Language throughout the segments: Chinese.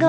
有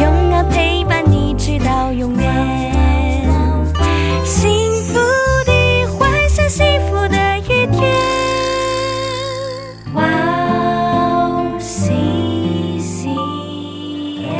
永远陪伴你直到永远。幸福的幻想，幸福的一天。哇哦，西西耶！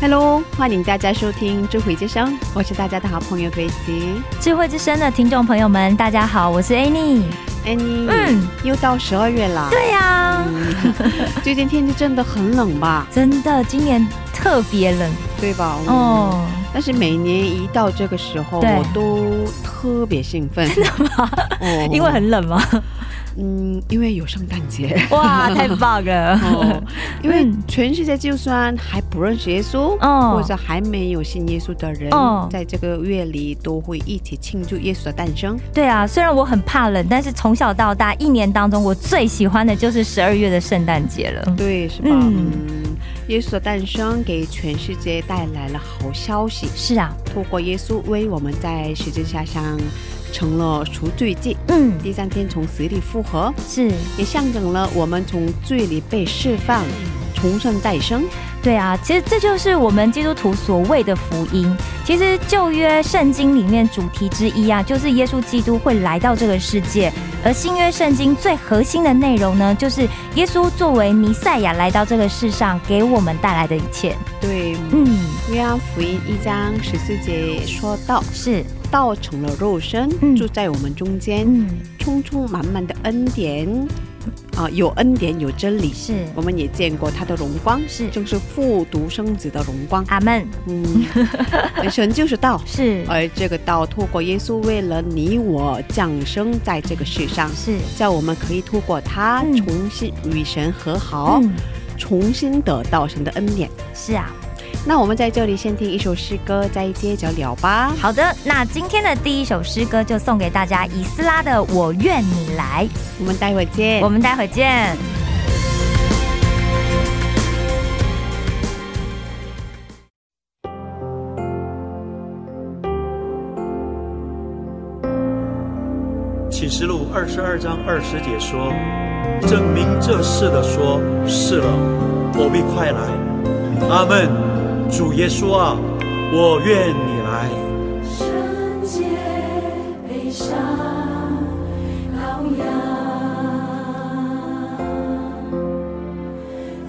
Hello，欢迎大家收听《智慧之声》，我是大家的好朋友 Gracie 智慧之声的听众朋友们，大家好，我是 Annie。 Annie。嗯，又到十二月了，对呀、最近天气真的很冷 吧？真的，今年特别冷对吧？嗯。哦。但是每年一到这个时候，对我都特别兴奋。真的吗？哦因为很冷吗？嗯，因为有圣诞节。哇，太棒了！ 哦，因为嗯全世界就算还不认识耶稣，哦或者还没有信耶稣的人，哦在这个月里都会一起庆祝耶稣的诞生。对啊，虽然我很怕冷，但是从小到大，一年当中我最喜欢的就是十二月的圣诞节了。对，是吧？嗯嗯，耶稣的诞生给全世界带来了好消息。是啊，透过耶稣为我们在十字架上成了赎罪祭，嗯，第三天从死里复活，是，也象征了我们从罪里被释放，重生再生。对啊，其实这就是我们基督徒所谓的福音。其实旧约圣经里面主题之一啊，就是耶稣基督会来到这个世界；而新约圣经最核心的内容呢，就是耶稣作为弥赛亚来到这个世上，给我们带来的一切。对，嗯，约翰福音一章十四节说到：“是，道成了肉身，嗯住在我们中间，嗯，充充满满的恩典，啊、有恩典，有真理。”是，我们也见过他的荣光，是正是父独生子的荣光。阿门，嗯， 神就是道， 是，而这个道透过耶稣为了你我降生在这个世上，是，叫我们可以透过他嗯重新与神和好，嗯，重新得到神的恩典。是啊。那我们在这里先听一首诗歌，再接着聊吧。好的，那今天的第一首诗歌就送给大家以斯拉的《我愿你来》。我们待会儿见我。们待会见。启示录二十二章二十节说：“证明这事的说，是了，我必快来。”阿门。主耶稣啊，我愿你来。圣洁悲伤羔羊，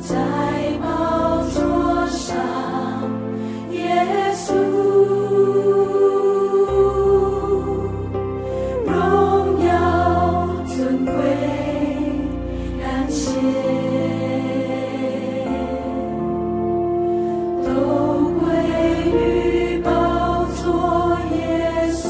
在宝座上，耶稣荣耀尊贵，感谢。都归于宝座耶稣。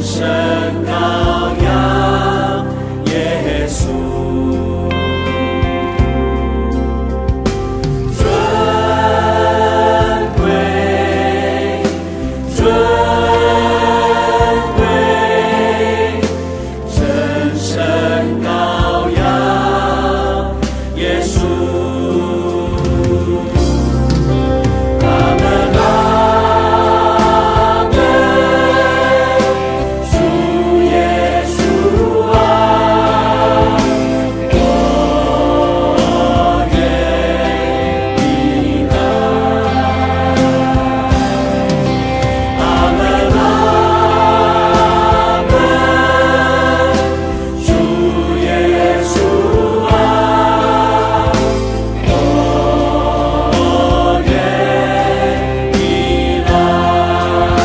生羔羊耶稣，尊贵，尊贵，真神羔羊耶稣。阿门，阿门。主耶稣啊，我愿意来。阿门，阿门。主耶稣啊，我愿意来。主啊，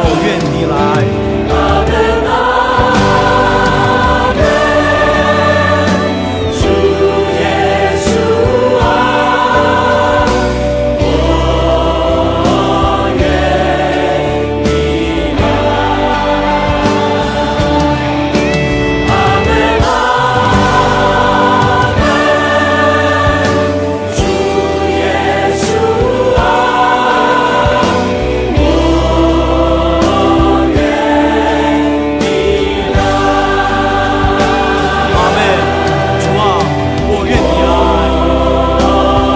我愿你来，阿门，阿门，主耶稣啊，我愿你来。阿门，阿门，主耶稣啊。阿门。主啊，我愿你来，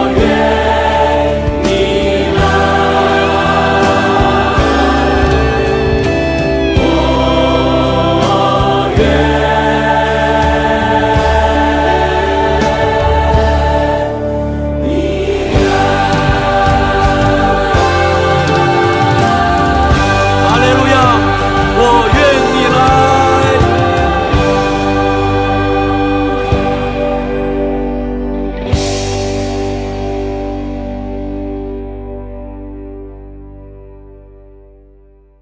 哈利路亚，我愿你来。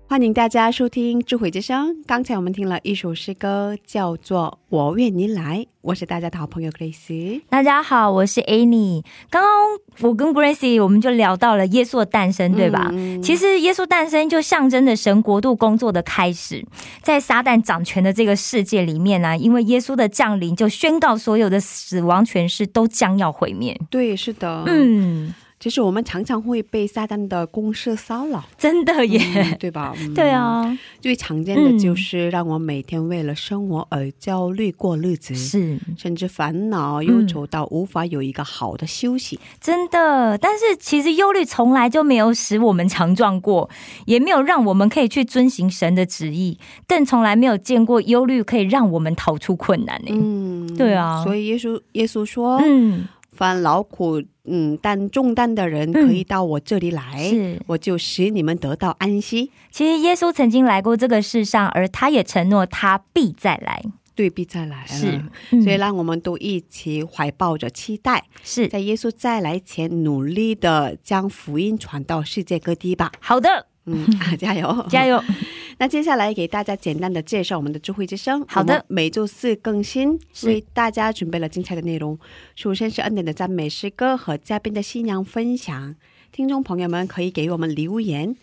欢迎大家收听智慧之声。刚才我们听了一首诗歌，叫做《我愿你来》，我是大家的好朋友 Grace。大家好，我是 Annie。刚刚我跟 Gracie 我们就聊到了耶稣的诞生，对吧？嗯其实耶稣诞生就象征着神国度工作的开始，在撒旦掌权的这个世界里面呢、因为耶稣的降临，就宣告所有的死亡权势都将要毁灭。对，是的，，嗯，其实我们常常会被撒旦的公社骚扰，真的耶，嗯、对吧？嗯对，啊，最常见的就是让我每天为了生活而焦虑过日子。是甚至烦恼、忧愁到无法有一个好的休息，真的。但是其实忧虑从来就没有使我们强壮过，也没有让我们可以去遵行神的旨意，更从来没有见过忧虑可以让我们逃出困难呢、嗯，对啊所以耶稣耶稣说，嗯，凡劳苦嗯担重担的人，嗯可以到我这里来，是我就使你们得到安息，其实耶稣曾经来过这个世上，而他也承诺他必再来。对必再来了。是嗯所以让我们都一起怀抱着期待，是在耶稣再来前，努力的将福音传到世界各地吧。好的，嗯 啊，加油，加！油！ 那接下来给大家简单的介绍我们的智慧之声。好的我们每周四更新，是为大家准备了精彩的内容。首先是恩典的赞美诗歌和嘉宾的信仰分享。听众朋友们可以给我们留言。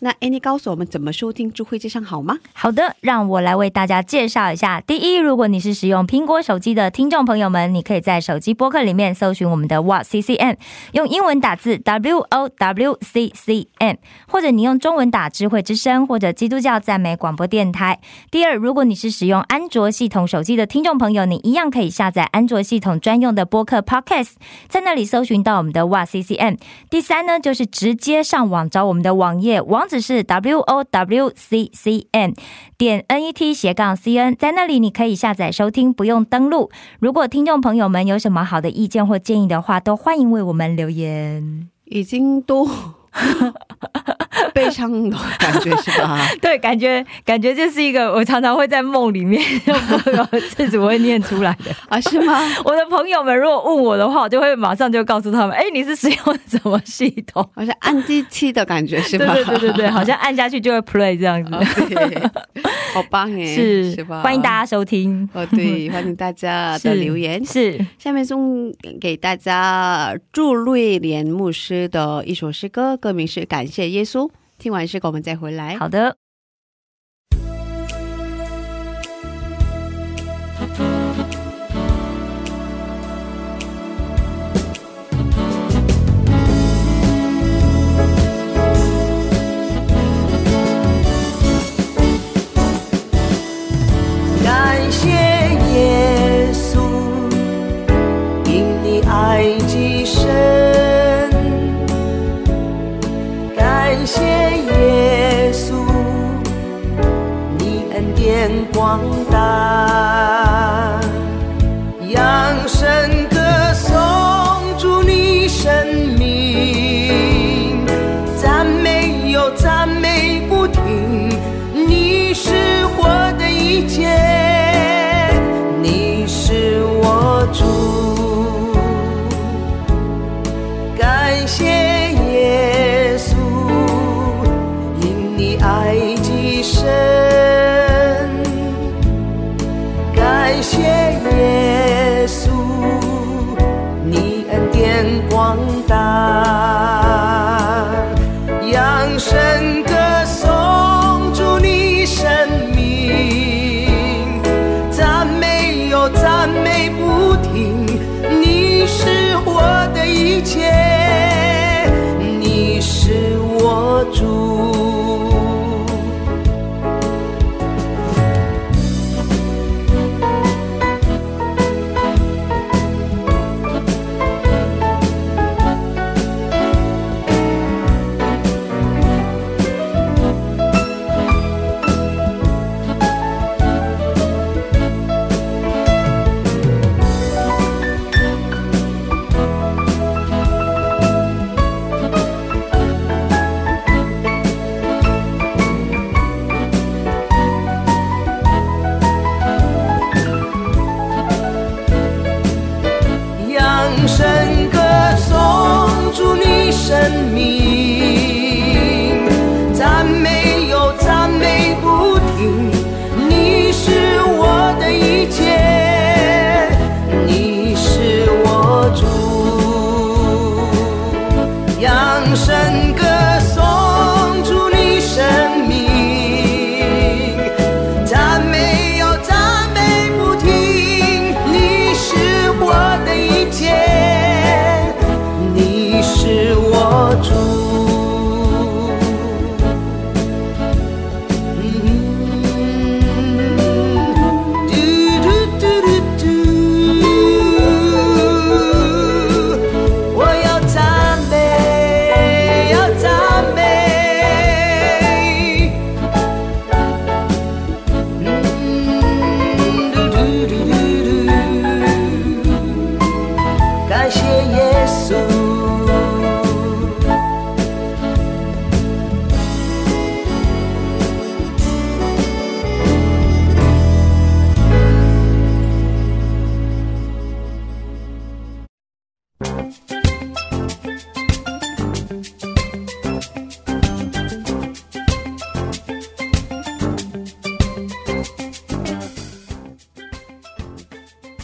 那 Annie 告诉我们怎么收听智慧之声好吗？ 好的，让我来为大家介绍一下。第一，如果你是使用苹果手机的听众朋友们，你可以在手机播客里面搜寻我们的 What CCM，用英文打字 W O W C C M，或者你用中文打智慧之声或者基督教赞美广播电台。第二，如果你是使用安卓系统手机的听众朋友，你一样可以下载安卓系统专用的播客 Podcast，在那里搜寻到我们的 What CCM。第三呢，就是直接上网找我们的网页，网址是 w o w c c n 点 n e t 斜杠 c n，在那里你可以下载收听，不用登录。如果听众朋友们有什么好的意见或建议的话，都欢迎为我们留言。已经都悲伤的感觉是 吧？ 对，感觉感觉这是一个我常常会在梦里面 自己会念出来的。 啊，是吗？我的朋友们如果问我的话，我就会马上就告诉他们：哎，你是使用什么系统？好像按机器的感觉是对吧？对对对对，好像按下去就会 play 这样子。哦对，好棒哎，是是吧？欢迎大家收听。哦，对，欢迎大家的是留言。是下面送给大家祝瑞莲牧师的一首诗歌，歌名是《感谢耶稣》。听完诗歌我们再回来。好的，面广大，扬声歌颂主你生命，赞美又赞美不停，你是我的一切，你是我主。感谢耶稣，因你爱极深。感谢耶稣，你恩典广大。扬声歌颂主你生命，赞美又赞美不停，你是我的一切，你是我主。扬声歌颂主你生命，赞美又赞美不停，你是我的一切，你是我主，扬声歌颂主你生命。赞美又赞美不停，你是我的一切，你是我主。嗯嘟嘟嘟嘟嘟，我要赞美，要赞美。嗯感谢耶稣。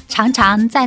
常常在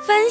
分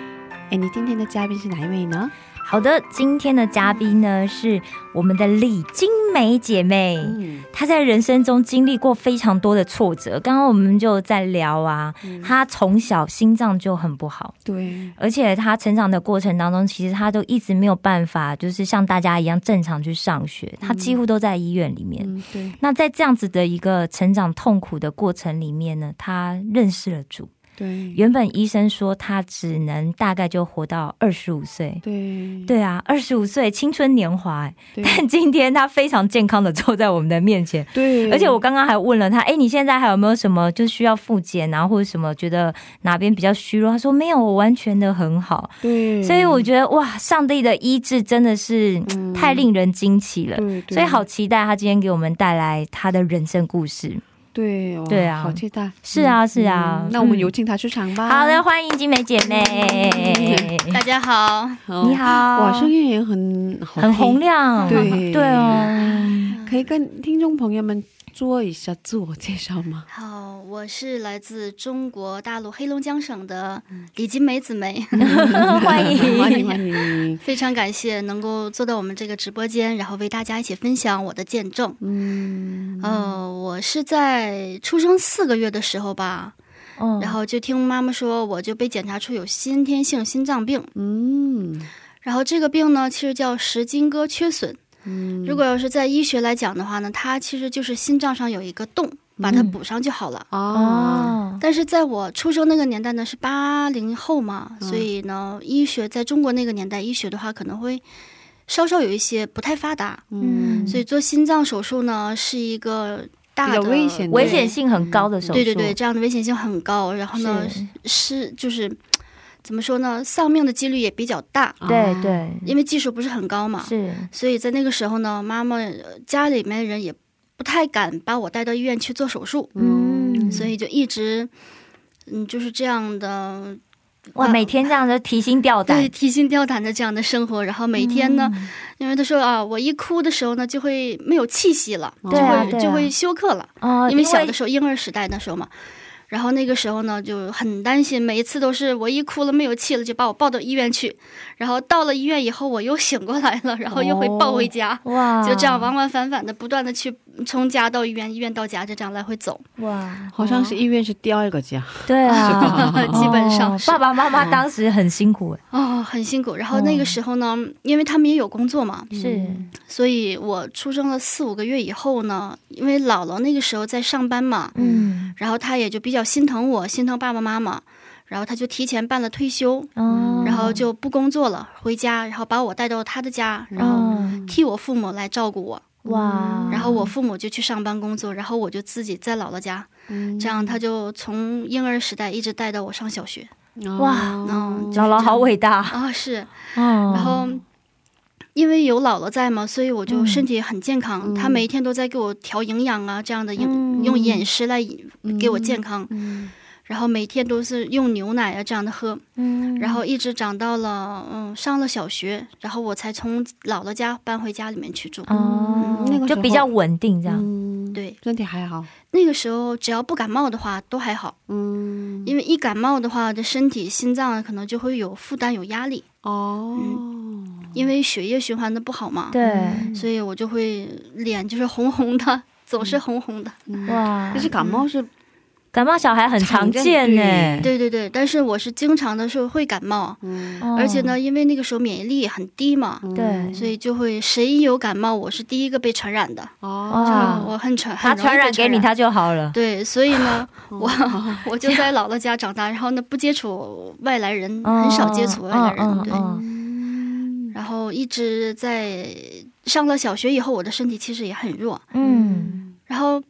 哎，你今天的嘉宾是哪一位呢？好的，今天的嘉宾呢是我们的李金梅姐妹。嗯，她在人生中经历过非常多的挫折，刚刚我们就在聊啊，嗯她从小心脏就很不好，对，而且她成长的过程当中，其实她都一直没有办法，就是像大家一样正常去上学，她几乎都在医院里面。嗯，对，那在这样子的一个成长痛苦的过程里面呢，她认识了主。对，原本医生说她只能大概就活到二十五岁，对，对啊，二十五岁青春年华、哎对但今天她非常健康的坐在我们的面前，对，而且我刚刚还问了她，哎，你现在还有没有什么就需要复健啊，或者什么觉得哪边比较虚弱？她说没有，我完全的很好。对，所以我觉得哇，上帝的医治真的是、嗯太令人惊奇了。对对所以好期待她今天给我们带来她的人生故事。对哇对啊哦好期待。是啊，是啊。那我们嗯有请他出场吧。好的，，欢迎金梅姐妹，嗯大家好，你好，哦哇，声音也很好很听洪，亮，啊对对哦，可以跟听众朋友们做一下自我介绍吗？好，呃我是来自中国大陆黑龙江省的李金梅姊妹，嗯欢迎欢迎欢迎，非常感谢能够坐到我们这个直播间，然后为大家一起分享我的见证。嗯，呃，我是在出生四个月的时候吧，哦然后就听妈妈说，我就被检查出有先天性心脏病，嗯然后这个病呢，其实叫石金戈缺损。嗯，如果要是在医学来讲的话呢，它其实就是心脏上有一个洞，把它补上就好了。啊，嗯哦，但是在我出生那个年代呢，是八零后嘛，嗯所以呢，医学在中国那个年代，医学的话可能会稍稍有一些不太发达，嗯，所以做心脏手术呢是一个大比的较危险的危险性很高的手术，对对对，这样的危险性很高。然后呢，是是就是怎么说呢，丧命的几率也比较大，啊对对因为技术不是很高嘛，是，所以在那个时候呢，妈妈呃家里面人也不太敢把我带到医院去做手术，嗯所以就一直嗯就是这样的哇，每天这样的提心吊胆嗯对，提心吊胆的这样的生活，然后每天呢，因为他说啊，我一哭的时候呢，就会没有气息了，对啊就会对啊就会休克了，哦，因为小的时候婴儿时代那时候嘛，然后那个时候呢就很担心，每一次都是我一哭了没有气了，就把我抱到医院去，然后到了医院以后我又醒过来了，然后又会抱回家。哦哇，就这样往往返返的，不断的去从家到医院，医院到家，就这样来回走。哦哇，好像是医院是第二个家，对 啊，基本上哦是爸爸妈妈当时很辛苦，哎哦，很辛苦。然后那个时候呢，因为他们也有工作嘛，嗯是所以我出生了四五个月以后呢，因为姥姥那个时候在上班嘛，嗯然后她也就比较心疼我，心疼爸爸妈妈，然后她就提前办了退休，哦，然后就不工作了，回家，然后把我带到她的家，然后嗯替我父母来照顾我，哇，然后我父母就去上班工作，然后我就自己在姥姥家，嗯这样她就从婴儿时代一直带到我上小学，哦哇，嗯，就是姥姥这好样伟大，啊，是。哦，然后因为有姥姥在嘛，所以我就嗯身体很健康。嗯她每一天都在给我调营养啊，这样的饮、嗯用饮食来给我健康。嗯然后每天都是用牛奶啊这样的喝，嗯然后一直长到了嗯上了小学，然后我才从姥姥家搬回家里面去住。哦，嗯那个时就候比较稳定这样，嗯，对，身体还好，那个时候只要不感冒的话都还好，嗯，因为一感冒的话，这身体心脏啊可能就会有负担有压力，嗯哦，因为血液循环的不好嘛。嗯对，所以我就会脸就是红红的，总嗯是红红的。哇但，是感冒是感冒小孩很常见呢，对对对，但是我是经常的时候会感冒，嗯哦而且，呢，因为那个时候免疫力很低嘛，对，所以就会谁一有感冒，我是第一个被传染的。哦，啊，哇，我很传，他很容易传被染给你，他就好了。对，所以 呢，哦我我就在姥姥家长大，然后呢不接触外来人，哦很少接触外来哦人，嗯嗯对。嗯然后一直在上了小学以后，我的身体其实也很弱，嗯，然后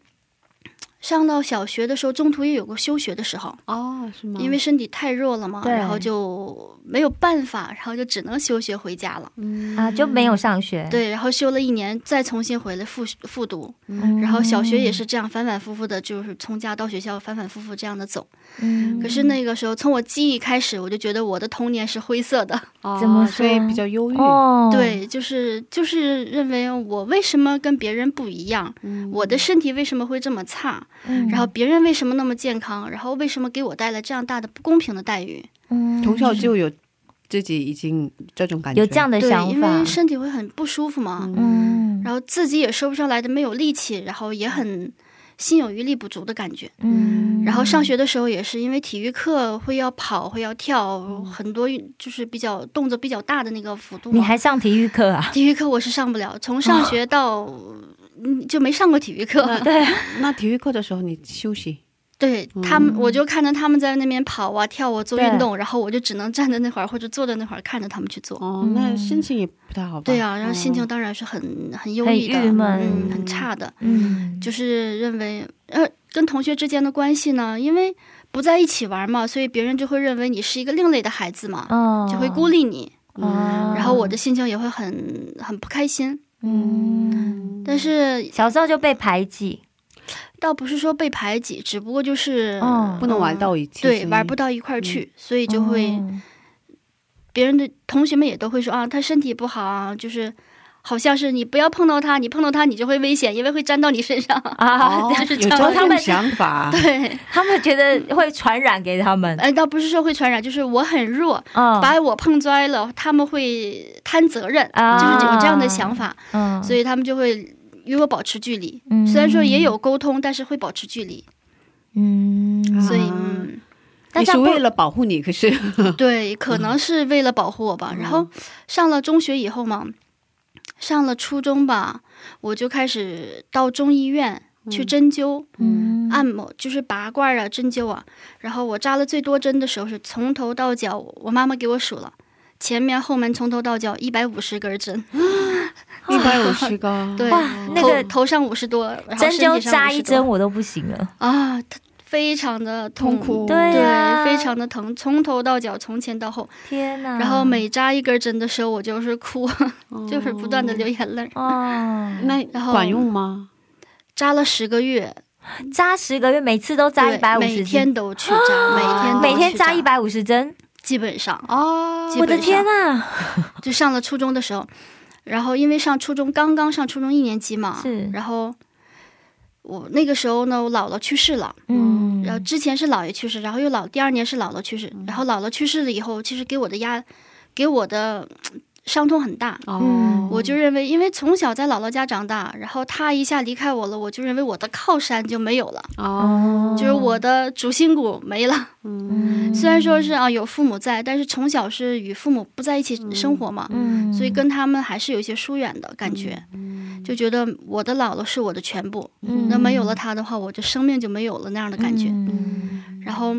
上到小学的时候，中途也有过休学的时候，哦，是吗？因为身体太弱了嘛，对然后就没有办法，然后就只能休学回家了。嗯啊，就没有上学，对，然后休了一年，再重新回来复复读，嗯，然后小学也是这样反反复复的，就是从家到学校反反复复这样的走。嗯，可是那个时候，从我记忆开始，我就觉得我的童年是灰色的，哦怎么说啊所以比较忧郁，哦，，对，就是就是认为我为什么跟别人不一样，嗯我的身体为什么会这么差，然后别人为什么那么健康？然后为什么给我带来这样大的不公平的待遇？嗯从小就有自己已经这种感觉，有这样的对，想因法为，身体会很不舒服嘛，嗯然后自己也说不上来的没有力气，然后也很心有余力不足的感觉。嗯然后上学的时候也是因为体育课会要跑，会要跳，很多运就是比较动作比较大的那个幅度嘛。你还上体育课啊？体育课我是上不了，从上学到嗯就没上过体育课。嗯 对，那体育课的时候你休息，对他们，嗯我就看着他们在那边跑啊、跳啊、做对运动，然后我就只能站在那会儿或者坐在那会儿看着他们去做。嗯哦，那心情也不太好吧？对啊，然后心情哦当然是很很忧很郁的，郁闷嗯，很差的。嗯，就是认为呃，跟同学之间的关系呢，因为不在一起玩嘛，所以别人就会认为你是一个另类的孩子嘛，哦就会孤立你，哦然后我的心情也会很很不开心。嗯，但是小时候就被排挤，倒不是说被排挤，只不过就是、哦不能玩到一起，嗯对玩不到一块儿去，所以就会、嗯别人的同学们也都会说啊，他身体不好啊，就是。好像是你不要碰到他，你碰到他你就会危险，因为会沾到你身上。啊，哦，就是有然后这他种们想法，对，啊他们觉得会传染给他们，呃，倒不是说会传染，就是我很弱，嗯，把我碰摔了，他们会摊责任，啊就是有这样的想法，嗯，所以他们就会与我保持距离。嗯虽然说也有沟通，但是会保持距离。嗯，所以，啊嗯，但也这是样为不了保护你，可是嗯对，可能是为了保护我吧。然后上了中学以后嘛，上了初中吧，我就开始到中医院。去针灸、嗯按摩，就是拔罐啊、针灸啊。然后我扎了最多针的时候是从头到脚，我妈妈给我数了，前面后门从头到脚一百五十根针。 一百五十个，对，哇那个头头上五十多，然后针身体灸上扎50一多针我都不行了，啊，它非常的痛痛苦，对呀，非常的疼，从头到脚，从前到后。天哪，然后每扎一根针的时候，我就是哭， 就是不断的流眼泪。哦，那然后管用吗？扎了十个月，扎十个月，每次都扎对一百五每十天针，都去扎，每天都每天去扎一，百五十针，基本上哦基我的本天啊上哪，就上了初中的时候，然后因为上初中刚刚上初中一年级嘛，是然后我那个时候呢，我姥姥去世了。嗯，然后之前是姥爷去世，然后又姥第二年是姥姥去世，然后姥姥去世了以后，其实给我的压，给我的嗯伤痛很大。哦嗯，我就认为，因为从小在姥姥家长大，然后她一下离开我了，我就认为我的靠山就没有了，哦，就是我的主心骨没了。嗯虽然说是啊有父母在，但是从小是与父母不在一起生活嘛，嗯，所以跟他们还是有一些疏远的感觉，就觉得我的姥姥是我的全部，嗯那没有了她的话，我这生命就没有了那样的感觉。嗯然后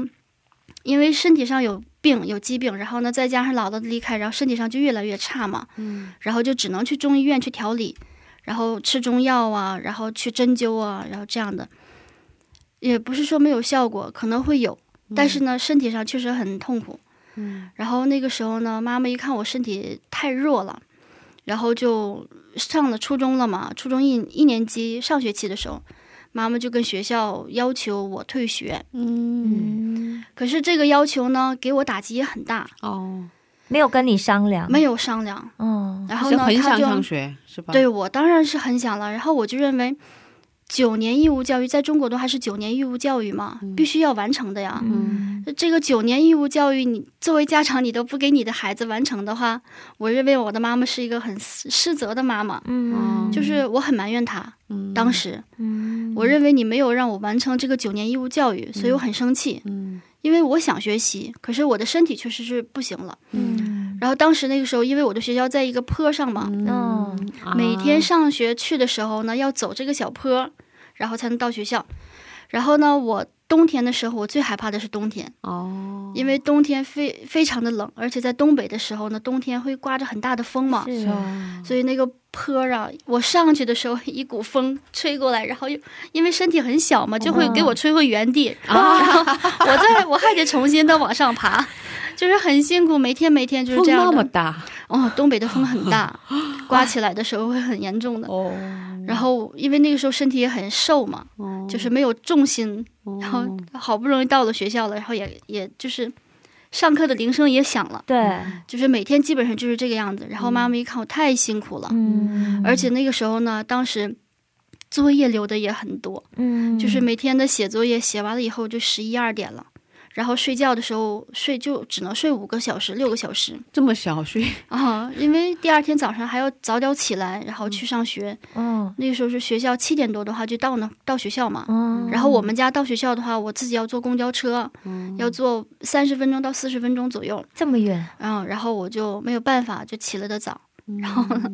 因为身体上有病有疾病，然后呢再加上姥姥的离开，然后身体上就越来越差嘛，嗯然后就只能去中医院去调理，然后吃中药啊，然后去针灸啊，然后这样的，也不是说没有效果，可能会有，嗯但是呢身体上确实很痛苦。嗯然后那个时候呢，妈妈一看我身体太弱了，然后就上了初中了嘛，初中一一年级上学期的时候，妈妈就跟学校要求我退学，嗯可是这个要求呢，给我打击也很大，哦，没有跟你商量，没有商量。嗯， 然好后像呢，很他想上就学是吧？对我当然是很想了。然后我就认为，九年义务教育在中国的话是九年义务教育嘛，嗯必须要完成的呀。嗯这个九年义务教育，你作为家长你都不给你的孩子完成的话，我认为我的妈妈是一个很失失责的妈妈，嗯，就是我很埋怨她。嗯，当时嗯我认为你没有让我完成这个九年义务教育，所以我很生气，嗯因为我想学习，可是我的身体确实是不行了。嗯然后当时那个时候，因为我的学校在一个坡上嘛，嗯每啊天上学去的时候呢，要走这个小坡，然后才能到学校。然后呢，我冬天的时候，我最害怕的是冬天，哦，因为冬天非非常的冷，而且在东北的时候呢，冬天会刮着很大的风嘛，是是啊所以那个坡啊，我上去的时候，一股风吹过来，然后又因为身体很小嘛，就会哦给我吹回原地，啊然后我再我还得重新的往上爬， 就是很辛苦，每天每天就是风这样的。那么大哦，东北的风很 大，刮起来的时候会很严重的。哦，然后因为那个时候身体也很瘦嘛，哦就是没有重心，然后好不容易到了学校了，然后也也就是上课的铃声也响了，对，就是每天基本上就是这个样子。然后妈嗯妈一看我太辛苦了，嗯而且那个时候呢，当时作业留的也很多，嗯就是每天的写作业写完了以后就十一二点了。然后睡觉的时候睡就只能睡五个小时、六个小时这么小睡，啊，因为第二天早上还要早点起来，然后去上学。嗯那个时候是学校七点多的话就到那到学校嘛，嗯然后我们家到学校的话，我自己要坐公交车，嗯要坐三十分钟到四十分钟左右，这么远，嗯，然后我就没有办法，就起了的早，然后呢，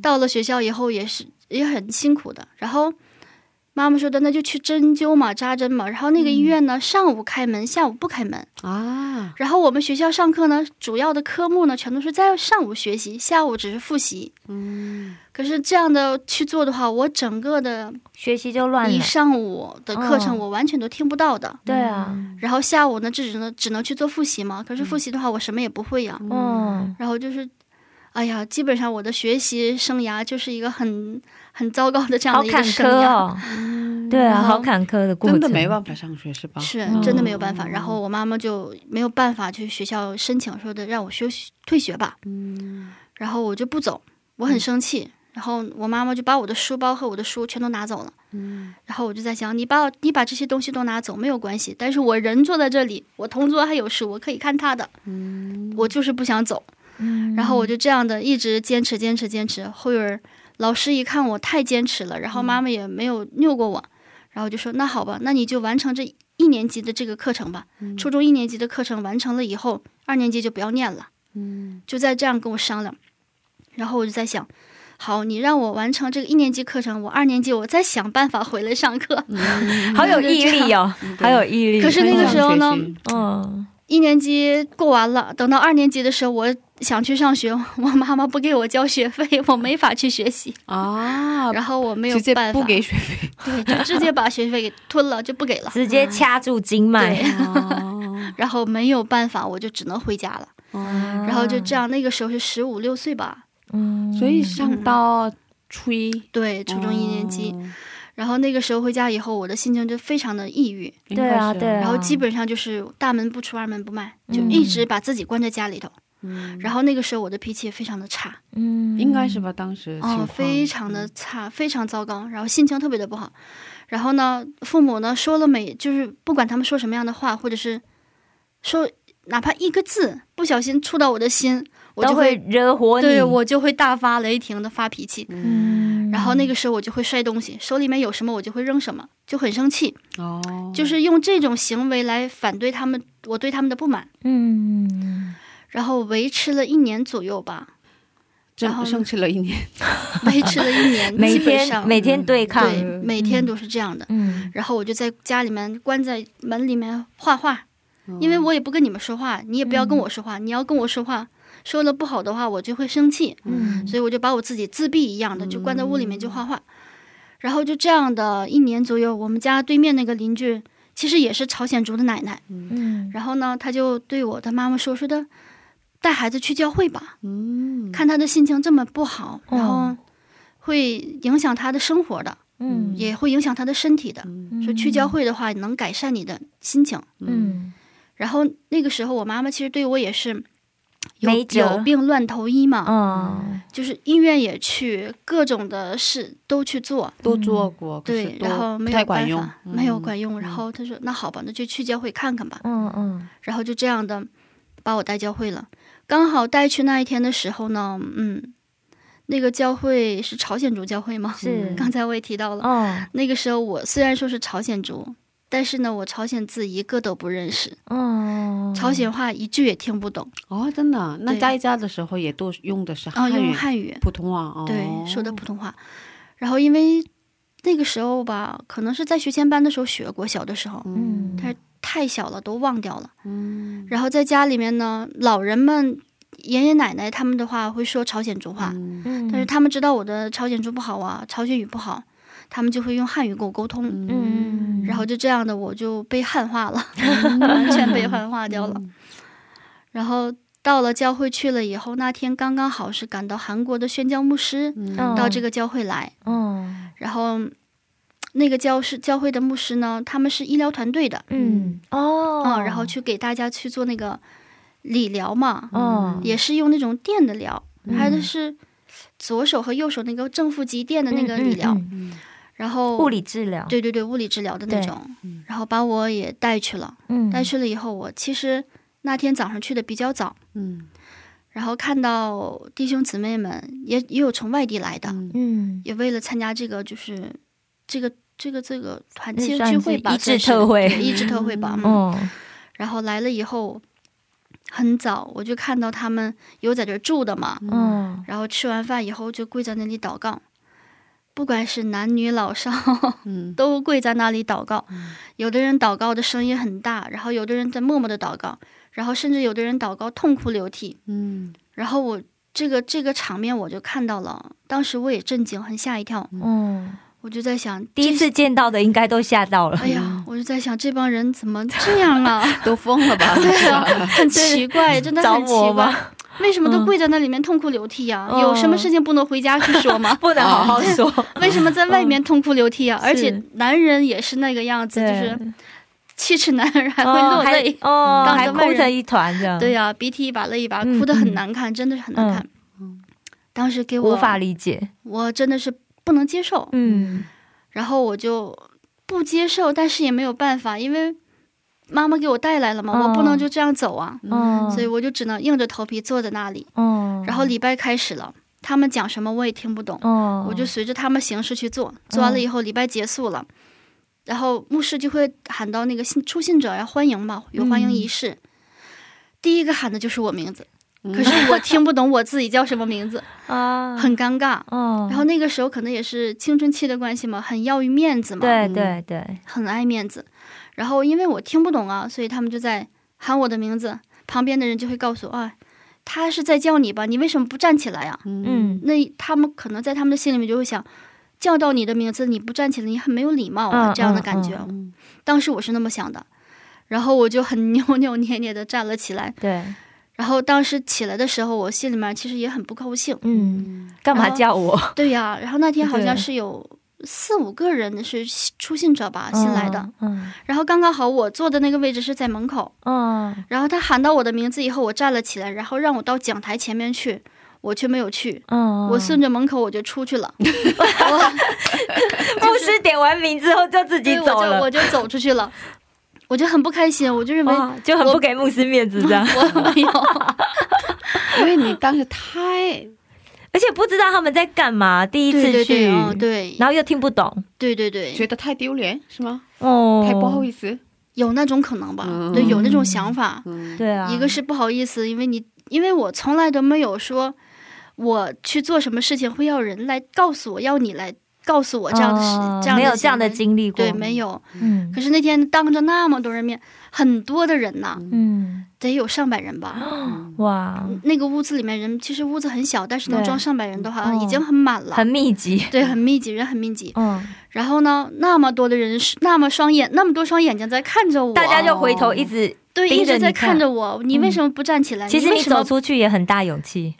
到了学校以后也是也很辛苦的，然后妈妈说的那就去针灸嘛，扎针嘛，然后那个医院呢、上午开门，下午不开门，啊，然后我们学校上课呢，主要的科目呢全都是在上午学习，下午只是复习，嗯，可是这样的去做的话，我整个的学习就乱一了。上午的课程嗯我完全都听不到的。对啊，然后下午呢，这只能只能去做复习嘛。可是复习的话，我什么也不会呀、嗯，然后就是，哎呀，基本上我的学习生涯就是一个很很糟糕的这样好的一个坎生坷涯，嗯哦。对啊，然后好坎坷的过程，嗯真的没办法上学是吧？嗯是真的没有办法。然后我妈妈就没有办法去学校申请，说的让我休息退学吧。嗯，然后我就不走，我很生气。然后我妈妈就把我的书包和我的书全都拿走了。嗯，然后我就在想，你把你把这些东西都拿走没有关系，但是我人坐在这里，我同桌还有书，我可以看他的。嗯，我就是不想走。嗯，然后我就这样的一直坚持，坚持，坚持。后边儿老师一看我太坚持了，然后妈妈也没有拗过我，然后就说那好吧，那你就完成这一年级的这个课程吧。初中一年级的课程完成了以后，二年级就不要念了。嗯，就在这样跟我商量，然后我就在想，好，你让我完成这个一年级课程，我二年级我再想办法回来上课。 好有毅力哦，好有毅力。嗯可是那个时候呢很想学习嗯，一年级过完了，等到二年级的时候，我想去上学，我妈妈不给我交学费，我没法去学习，啊， 然后我没有直接办法，不给学费，对，就直接把学费给吞了，就不给了。直接掐住 经脉，哦 然后没有办法，我就只能回家了。然后就这样，那个时候是十五六岁吧，嗯，所以上到初一对，初中一年级。哦然后那个时候回家以后，我的心情就非常的抑郁，应对啊该是对啊然后基本上就是大门不出二门不迈，就嗯一直把自己关在家里头。然后那个时候我的脾气也非常的差，嗯应该是吧？当时情哦况，非常的差，非常糟糕，然后心情特别的不好。然后呢，父母呢说了每就是不管他们说什么样的话，或者是说哪怕一个字不小心触到我的心，我都就会会惹火你。对我就会大发雷霆的发脾气。嗯，然后那个时候我就会摔东西，手里面有什么我就会扔什么，就很生气，哦，就是用这种行为来反对他们，我对他们的不满。嗯，然后维持了一年左右吧，然后真生气了一年， 维持了一年，每基本天上每天对抗，对每天都是这样的。嗯，然后我就在家里面关在门里面画画，因为我也不跟你们说话，你也不要嗯跟我说话，你要跟我说话，说了不好的话我就会生气，嗯所以我就把我自己自闭一样的就关在屋里面就画画，然后就这样的一年左右，我们家对面那个邻居其实也是朝鲜族的奶奶，嗯，然后呢，她就对我的妈妈说说的，带孩子去教会吧，嗯，看她的心情这么不好，然后哦会影响她的生活的，嗯也会影响她的身体的。说去教会的话，能改善你的心情。嗯，然后那个时候，我妈妈其实对我也是有没辙有病乱投医嘛，嗯，就是医院也去，各种的事都去做，都做过，可是对，都然后不没太有管办用嗯法，，没有管用。然后她说：“那好吧，那就去教会看看吧。嗯嗯，”然后就这样的把我带教会了。刚好带去那一天的时候呢，嗯，那个教会是朝鲜族教会吗？是刚才我也提到了，哦，那个时候我虽然说是朝鲜族，但是呢，我朝鲜字一个都不认识，嗯，朝鲜话一句也听不懂，哦，真的，那对加一加的时候也都用的是然后汉哦用语、汉语，普通话哦，对，说的普通话。然后因为那个时候吧，可能是在学前班的时候学过，小的时候，嗯，但是太小了都忘掉了。嗯，然后在家里面呢，老人们。爷爷奶奶他们的话会说朝鲜族话，嗯，但是他们知道我的朝鲜族不好啊，朝鲜语不好，他们就会用汉语跟我沟通。嗯，然后就这样的，我就被汉化 了，完全被汉化掉了。然后到了教会去了以后，那天刚刚好是赶到韩国的宣教牧师到这个，个教会来，嗯然后那个教师教会的牧师呢，他们是医疗团队的，嗯，哦啊，，然后去给大家去做那个理疗嘛，哦，嗯也是用那种电的疗，还有的是左手和右手那个正负极电的那个理疗。嗯，然后物理治疗，对对对，物理治疗的那对种，然后把我也带去了。嗯，带去了以后，我其实那天早上去的比较早，嗯然后看到弟兄姊妹们也也有从外地来的，嗯嗯，也为了参加这个就是这个这个这个团那契算聚是会吧，一算致是特会对一致特会吧。嗯，哦，然后来了以后，很早我就看到他们有在这儿住的嘛，嗯，然后吃完饭以后就跪在那里祷告，不管是男女老少，嗯 都跪在那里祷告。有的人祷告的声音很大，然后有的人在默默的祷告，然后甚至有的人祷告痛哭流涕。嗯然后我这个这个场面我就看到了，当时我也震惊，很吓一跳。嗯，我就在想，第一这，次见到的应该都吓到了，哎呀，我就在想这帮人怎么这样 啊？都疯了吧？ 对啊，很奇怪，真的着很奇魔怪。吧，为什么都嗯跪在那里面痛哭流涕呀、哦有什么事情不能回家去说吗？ 不能 好好说，嗯为什么在外面痛哭流涕啊？而且是男人也是那个样子，就是七尺男儿还会落泪。哦，当还着哦外还哭人成一团这样，对呀、鼻涕一把泪一把，嗯哭得很难看，真的是很难看。当时给我无法理解，我真的是不能接受，嗯然后我就不接受，但是也没有办法，因为妈妈给我带来了嘛，哦我不能就这样走啊，嗯，所以我就只能硬着头皮坐在那里。嗯，然后礼拜开始了，他们讲什么我也听不懂，哦，嗯我就随着他们形式去做，做完了以后，礼拜结束了，然后牧师就会喊到那个信出信者要欢迎嘛，有欢迎嗯仪式。第一个喊的就是我名字，可是我听不懂我自己叫什么名字， 啊，很尴尬。哦，然后那个时候可能也是青春期的关系嘛，很要于面子嘛，对对对，很爱面子。然后因为我听不懂啊，所以他们就在喊我的名字，旁边的人就会告诉我啊，他是在叫你吧？你为什么不站起来呀、嗯那他们可能在他们的心里面就会想，叫到你的名字你不站起来，你很没有礼貌啊，嗯这样的感觉。嗯当时我是那么想的，然后我就很扭扭捏捏的站了起来。对，然后当时起来的时候，我心里面其实也很不高兴。嗯，干嘛然后叫我？对呀、然后那天好像对是有四五个人是出啊信者吧，新来的。嗯，然后刚刚好我坐的那个位置是在门口，嗯嗯然后他喊到我的名字以后，我站了起来，然后让我到讲台前面去，我却没有去，嗯，我顺着门口我就出去 了，牧师点完名之后就自己对，我走就了我，就走出去了，我就很不开心，我就认为哇哦就很我不给牧师面子这样，我没有，因为你当时太 而且不知道他们在干嘛，第一对次对去对，，哦对然后又听不懂，对对对，觉得太丢脸是吗？哦，太不好意思。有那种可能吧，嗯对，有那种想法，嗯对啊，一个是不好意思，因为你因为我从来都没有说我去做什么事情会要人来告诉我，要你来告诉我这样的事，哦这样的没有这样的行为经历过，对，没有。嗯，可是那天当着那么多人面，很多的人呐，嗯，得有上百人吧。嗯哇，那个屋子里面人，其实屋子很小，但是能对装上百人的话，哦已经很满了。很密集，对，很密集，人很密集。嗯，然后呢，那么多的人，那么双眼，那么多双眼睛在看着我，大家就回头一直，对盯一着直在你看嗯看着我。你为什么不站起来？其实为你什么走出去也很大勇气，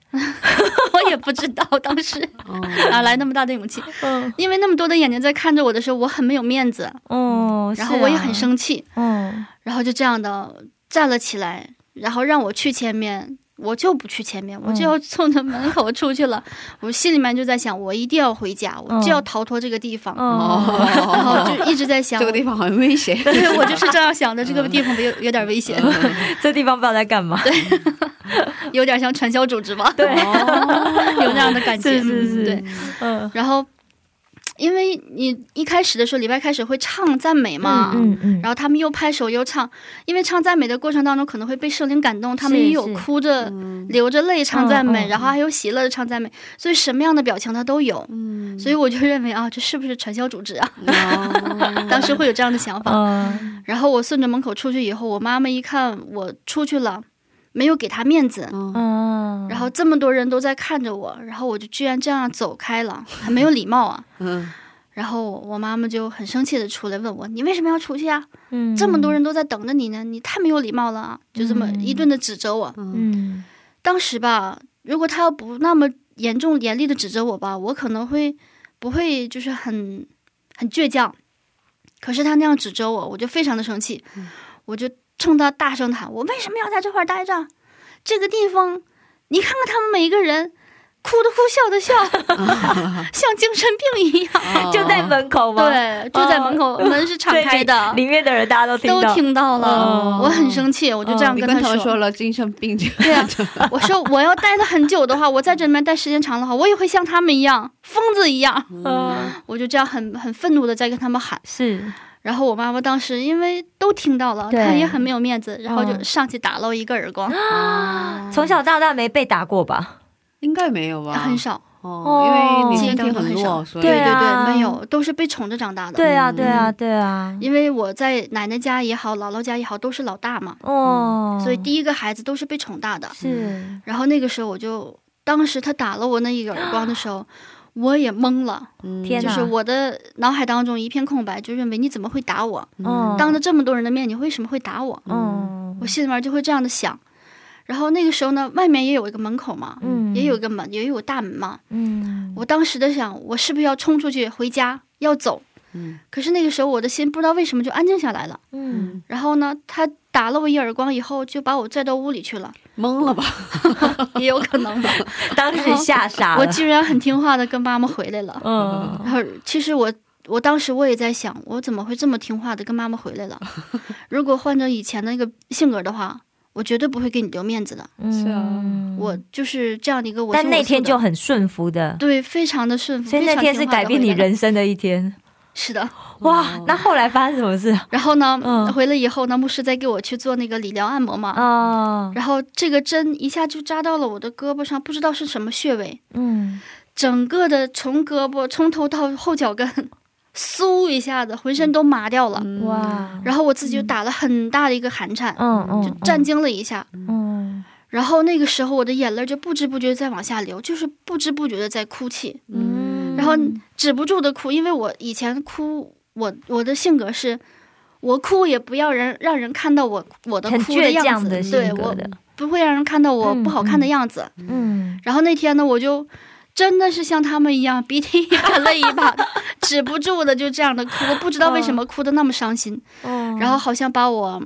我也不知道当时 哪来那么大的勇气，哦嗯，因为那么多的眼睛在看着我的时候，我很没有面子，嗯哦，然是后我也啊很，生气，嗯，然后就这样的站了起来，然后让我去前面，我就不去前面，我嗯就要冲着门口出去 了。我心里面就在想，我一定要回家，我就要逃脱这个地方，嗯哦，然后就一直在 想这。个地方很危险。对，我就是这样想的。这个地方有有点危险， 这地方不知道嗯在干嘛，对有点像传销组织吧？对， 有那样的感觉。是是是嗯对，嗯然后，因为你一开始的时候，礼拜开始会唱赞美嘛，嗯嗯，然后他们又拍手又唱，因为唱赞美的过程当中可能会被圣灵感动，他们是也有是嗯哭着、流着泪唱赞美，嗯嗯然后还有喜乐的唱赞美，所以什么样的表情他都有。嗯所以我就认为啊，这是不是传销组织啊？哦 当时会有这样的想法。嗯 然后我顺着门口出去以后，我妈妈一看我出去了，没有给她面子，嗯，然后这么多人都在看着我，然后我就居然这样走开了，很没有礼貌啊。嗯然后我妈妈就很生气的出来问我：“你为什么要出去呀、嗯这么多人都在等着你呢，你太没有礼貌了啊！”就这么一顿的指责我。嗯，当时吧，如果他要不那么严重严厉的指责我吧，我可能会不会就是很很倔强。可是他那样指责我，我就非常的生气，嗯我就冲他大声喊：“我为什么要在这块儿待着？这个地方，你看看他们每一个人。”哭的哭，笑的笑，像精神病一样。哦就在门口吗？哦对，就在门 口，门是敞对，开的，里面的人大家都听都到。哦听到了。我很生气，我就这样哦你跟跟他他们说了精神病这对啊， 我说我要待了很久的话，我在这里面待时间长的话，我也会像他们一样疯子一样。嗯， 我就这样很很愤怒的在跟他们喊。是然后我妈妈当时因为都听到了，对她也很没有面子，然后就嗯啊上去打了我一个耳光，哦从小到大没被打过吧？嗯应该没有吧？很少，哦，因为你身体很竞争都弱，很所以嗯对对啊对，没有，都是被宠着长大的。对啊，对啊，对啊。因为我在奶奶家也好，姥姥家也好，都是老大嘛，嗯哦，所以第一个孩子都是被宠大的。是然后那个时候我就，当时他打了我那一个耳光的时 候，我也懵了，嗯天就哪，是我的脑海当中一片空白，就认为你怎么会打我？嗯当着这么多人的面，你为什么会打我？嗯我心里面就会这样的想。然后那个时候呢，外面也有一个门口嘛，嗯也有一个门，也有大门嘛。嗯我当时的想，我是不是要冲出去回家，要走？嗯可是那个时候我的心不知道为什么就安静下来了。嗯，然后呢，他打了我一耳光以后，就把我拽到屋里去了，懵了吧？ 也有可能吧。当时吓傻我了。居然很听话的跟妈妈回来了。嗯然后其实我我当时我也在想，我怎么会这么听话的跟妈妈回 来了？如果换成以前的那个性格的话，我绝对不会给你留面子的。是啊嗯我就是这样的一个我行我素但的。那天就很顺服的，对，非常的顺服。所以那非常天是听话地改变你回来了。人生的一天。是的， 哇，那后来发生什么事？然后呢，嗯回来以后呢，牧师再给我去做那个理疗按摩嘛，哦，然后这个针一下就扎到了我的胳膊上，不知道是什么穴位，嗯，整个的从胳膊从头到后脚跟， 嗖一下子浑身都麻掉了，嗯哇，然后我自己就打了很大的一个寒颤，嗯嗯，就震惊了一下。嗯，然后那个时候，我的眼泪就不知不觉在往下流，就是不知不觉的在哭泣，嗯，然后止不住的哭，因为我以前哭，我我的性格是，我哭也不要人让人看到我我的很哭的倔样强子，的对性格我的，不会让人看到我不好看的样子。嗯，然后那天呢，我就真的是像他们一样，鼻涕一把泪一 把，止不住的就这样的哭，我不知道为什嗯么哭的那么伤心。哦然后好像把我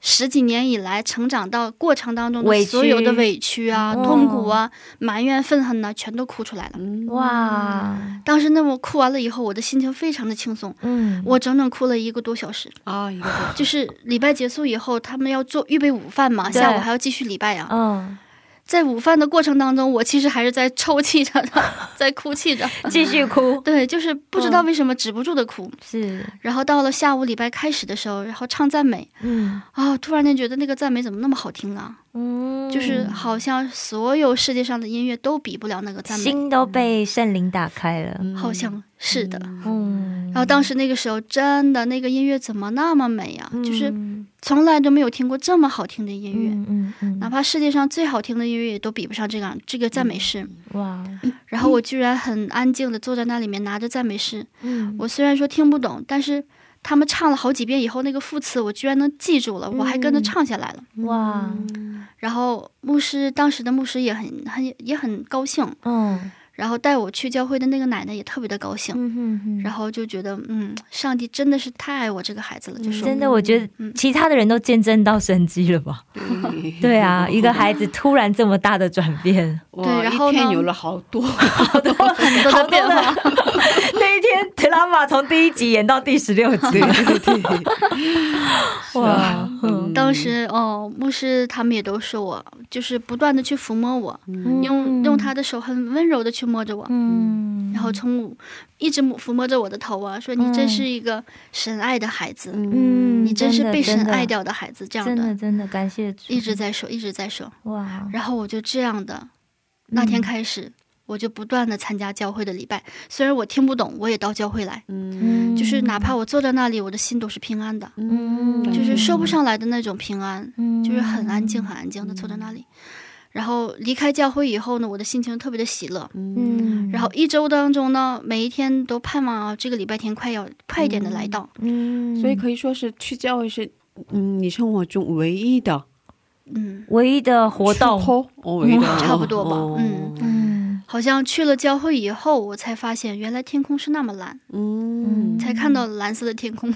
十几年以来成长到过程当中委的屈所有的委屈啊、哦痛苦啊、埋怨、愤恨呐、全都哭出来了。哇，当时那么哭完了以后，我的心情非常的轻松，嗯，哦我整整哭了一个多小时。啊，一个 就是礼拜结束以后，他们要做预备午饭嘛，下午还要继续礼拜啊。嗯，在午饭的过程当中，我其实还是在抽泣着的，在哭泣着。 继续哭，嗯对，就是不知道为什么止不住的哭。是，然后到了下午礼拜开始的时候，然后唱赞美嗯啊，突然间觉得那个赞美怎么那么好听啊？嗯，就是好像所有世界上的音乐都比不了那个赞美，心都被圣灵打开了，嗯好像是的。嗯，然后当时那个时候，真的那个音乐怎么那么美呀、就是嗯从来都没有听过这么好听的音乐，嗯嗯哪怕世界上最好听的音乐也都比不上这个这个赞美诗。嗯，哇， 然后我居然很安静的坐在那里面拿着赞美诗， 嗯，我虽然说听不懂，但是他们唱了好几遍以后，那个副词我居然能记住了，我还跟着嗯唱下来了。哇，嗯然后牧师当时的牧师也很很也很高兴，嗯然后带我去教会的那个奶奶也特别的高兴，嗯哼哼。然后就觉得嗯，上帝真的是太爱我这个孩子了，就是嗯真的，我觉得嗯其他的人都见证到神迹了吧？ 对啊，一个孩子突然这么大的转 变， 对对然后一天呢有了好多，很多的变化。 那一天特拉玛从第一集演到第十六集， 哇，嗯当时哦，牧师他们也都说我，就是不断的去抚摸我，用用他的手很温柔的去摸着我，嗯，然后从我一直抚摸着我的头啊，说你真是一个神爱的孩子，嗯，你真是被神真的爱，掉的孩子，这样真的的真的感谢主，一直在说，一直在说。哇，嗯然后我就这样的，那天开始。我就不断的参加教会的礼拜，虽然我听不懂，我也到教会来。嗯就是哪怕我坐在那里，我的心都是平安的，嗯就是说不上来的那种平安，嗯就是很安静、很安静的坐在那里。然后离开教会以后呢，我的心情特别的喜乐。嗯，然后一周当中呢，每一天都盼望啊，这个礼拜天快要快一点的来到。嗯，所以可以说是去教会是嗯你生活中唯一的嗯，唯一的活出动，口哦，唯一的差不多吧哦嗯嗯好像去了教会以后，我才发现原来天空是那么蓝，嗯才看到蓝色的天空。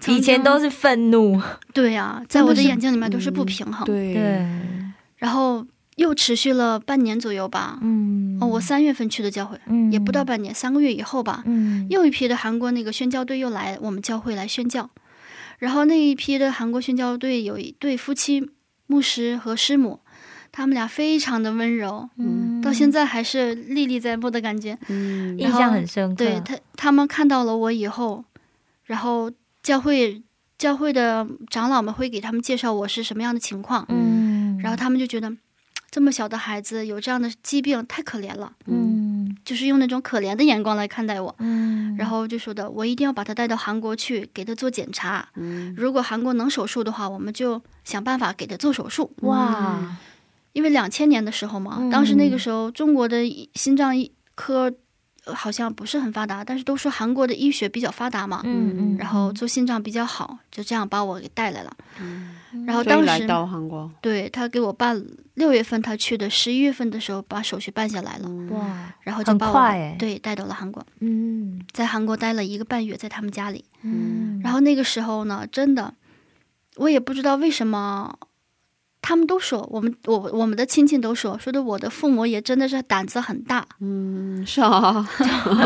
曾经以前都是嗯愤怒，啊对呀、在我的眼睛里面都是不平衡。对对，然后又持续了半年左右吧。嗯哦，我三月份去的教会，嗯也不到半年，三个月以后吧，嗯又一批的韩国那个宣教队又来我们教会来宣教，然后那一批的韩国宣教队有一对夫妻，牧师和师母，他们俩非常的温柔，嗯到现在还是历历在目的感觉。嗯印象很深刻，对他，他们看到了我以后，然后教会教会的长老们会给他们介绍我是什么样的情况，嗯，然后他们就觉得这么小的孩子有这样的疾病太可怜了，嗯就是用那种可怜的眼光来看待我。嗯，然后就说的，我一定要把他带到韩国去，给他做检查。嗯如果韩国能手术的话，我们就想办法给他做手术。哇，因为两千年的时候嘛，嗯当时那个时候中国的心脏医科呃好像不是很发达，但是都说韩国的医学比较发达嘛，嗯嗯，然后做心脏比较好，就这样把我给带来了。然后所以当来时到韩国，对他给我办六月份他去的，十一月份的时候把手续办下来了，哇，然后就把很快我哎对带到了韩国，嗯在韩国待了一个半月，在他们家里。嗯，然后那个时候呢，真的，我也不知道为什么，他们都说我们我我们的亲戚都说说的我的父母也真的是胆子很大，嗯，是啊，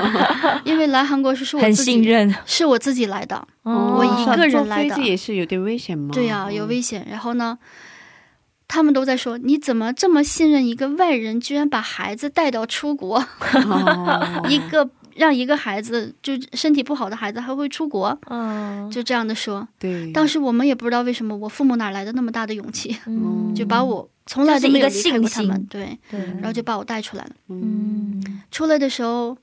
因为来韩国 是是我很自己信，任，是我自己来的，哦我一个人来的坐飞机也是有点危险嘛。对呀、嗯有危险。然后呢，他们都在说你怎么这么信任一个外人，居然把孩子带到出国，哦 一个让一个孩子就身体不好的孩子还会出国，嗯，就这样的说。对，当时我们也不知道为什么，我父母哪来的那么大的勇气，嗯就把我从来都没有离开过他就是一个信们，心对，对，然后就把我带出来了。嗯出来的时候，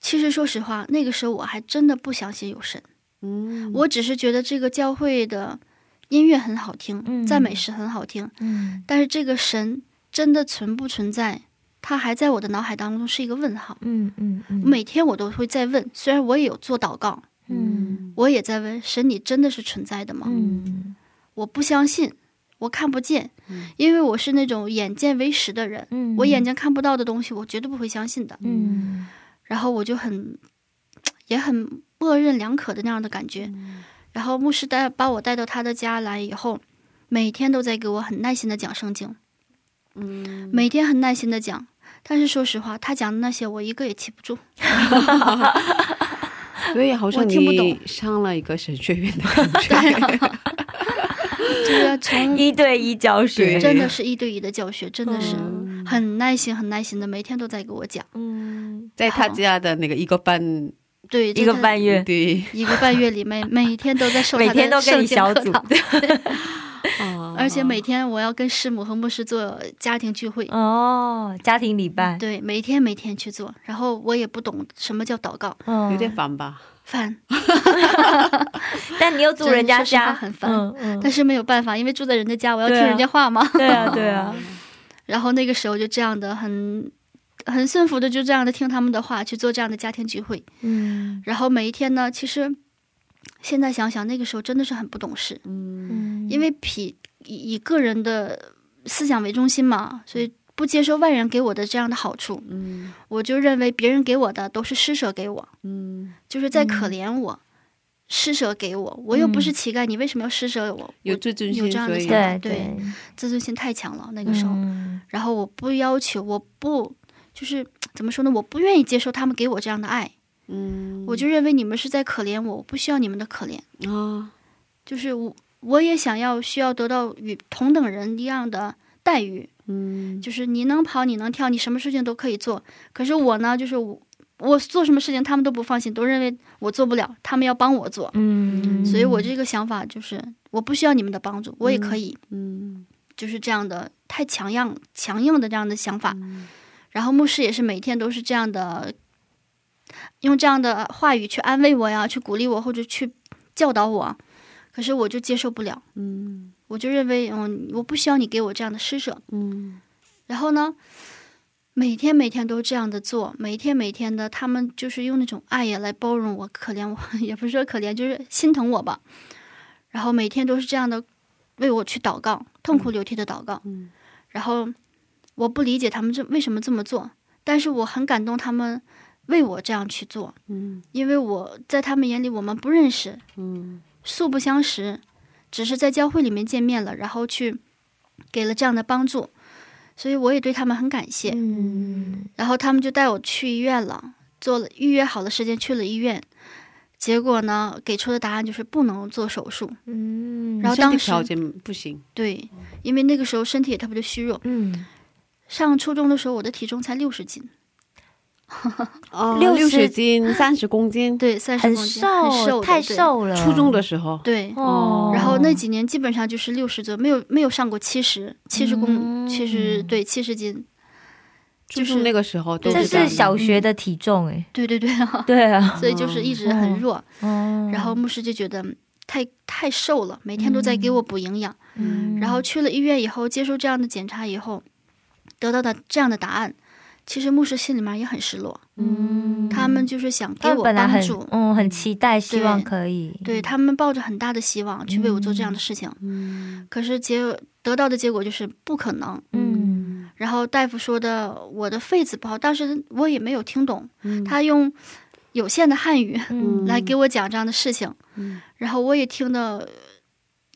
其实说实话，那个时候我还真的不相信有神，嗯，我只是觉得这个教会的音乐很好听，嗯赞美诗很好听，嗯但是这个神真的存不存在，它还在我的脑海当中是一个问号。嗯嗯嗯，每天我都会在问，虽然我也有做祷告，嗯我也在问神，你真的是存在的吗？嗯我不相信，我看不见，因为我是那种眼见为实的人，嗯，我眼睛看不到的东西，我绝对不会相信的。嗯然后我就很，也很模棱两可的那样的感觉。嗯然后牧师带把我带到他的家来以后，每天都在给我很耐心的讲圣经，嗯，每天很耐心的讲。但是说实话，他讲的那些我一个也记不 住。所以好像我听不懂你上了一个神学院的感觉。这个啊从 一对一教学， 真的是一对一的教学，真的是嗯很耐心、很耐心的，每天都在给我讲。嗯 在他家的那个一个半，对，一在个他半月，对，一个半月里面，每天都在受每他天的都跟圣你经小课组堂，啊而且每天我要跟师母和牧师做家庭聚会，哦，家庭礼拜，对，每天每天去做。然后我也不懂什么叫祷告，嗯有点烦吧？烦，但你又住人真的说家实话家，很烦嗯嗯，但是没有办法，因为住在人家家，我要对听啊人家话嘛。 对啊对啊， 然后那个时候就这样的很。很顺服的，就这样的听他们的话，去做这样的家庭聚会。嗯然后每一天呢，其实现在想想，那个时候真的是很不懂事，嗯，因为匹以以个人的思想为中心嘛，所以不接受外人给我的这样的好处。嗯我就认为别人给我的都是施舍给我，嗯，嗯就是在可怜我，施舍给我。我又不是乞丐，你为什么要施舍我？有我自尊有心，这样的所以嗯想法对对，自尊心太强了那那个时候。然后我不要求，我不就是怎么说呢？我不愿意接受他们给我这样的爱。嗯我就认为你们是在可怜我，我不需要你们的可怜。嗯啊，就是我我也想要需要得到与同等人一样的待遇。嗯就是你能跑，你能跳，你什么事情都可以做。可是我呢，就是我，我做什么事情他们都不放心，都认为我做不了，他们要帮我做。嗯，所以我这个想法就是，我不需要你们的帮助，我也可以，嗯就是这样的太强硬、强硬的这样的想法。然后牧师也是每天都是这样的，用这样的话语去安慰我呀，去鼓励我，或者去教导我。可是我就接受不了，嗯我就认为，嗯，我不需要你给我这样的施舍。嗯然后呢，每天每天都这样的做，每天每天的，他们就是用那种爱呀来包容我、可怜我，也不是说可怜，就是心疼我吧。然后每天都是这样的为我去祷告，痛哭流涕的祷告。嗯然后我不理解他们这为什么这么做，但是我很感动他们为我这样去做，嗯因为我在他们眼里我们不认识，嗯素不相识，只是在教会里面见面了，然后去给了这样的帮助，所以我也对他们很感谢。嗯，然后他们就带我去医院了，做了预约好的时间去了医院，结果呢，给出的答案就是不能做手术。嗯然后身体当时条件不行，对，因为那个时候身体也特别的虚弱，嗯，上初中的时候我的体重才六十斤，哦六六十十斤、三十公 斤，对，三十很公斤，很瘦，的太对瘦了。初中的时候，对。哦，然后那几年基本上就是六十左右，没有没有上过七十，七十嗯公七十对七十斤，初就是中那个时候都对这这样是小学的体重哎，对对对啊，对啊，所以就是一直很弱。哦，然后牧师就觉得嗯太太瘦了，每天都在给我补营养。嗯然后去了医院以后，接受这样的检查以后，得到的这样的答案，其实牧师心里面也很失落。嗯他们就是想给他我们本来帮很助，嗯很期待，希对望可以对他们抱着很大的希望去为我做这嗯样的事情。可是结得到的结果就是不可能。嗯然后大夫说的我的肺子不好，但是我也没有听懂，他用有限的汉语嗯，来给我讲这样的事情，然后我也听得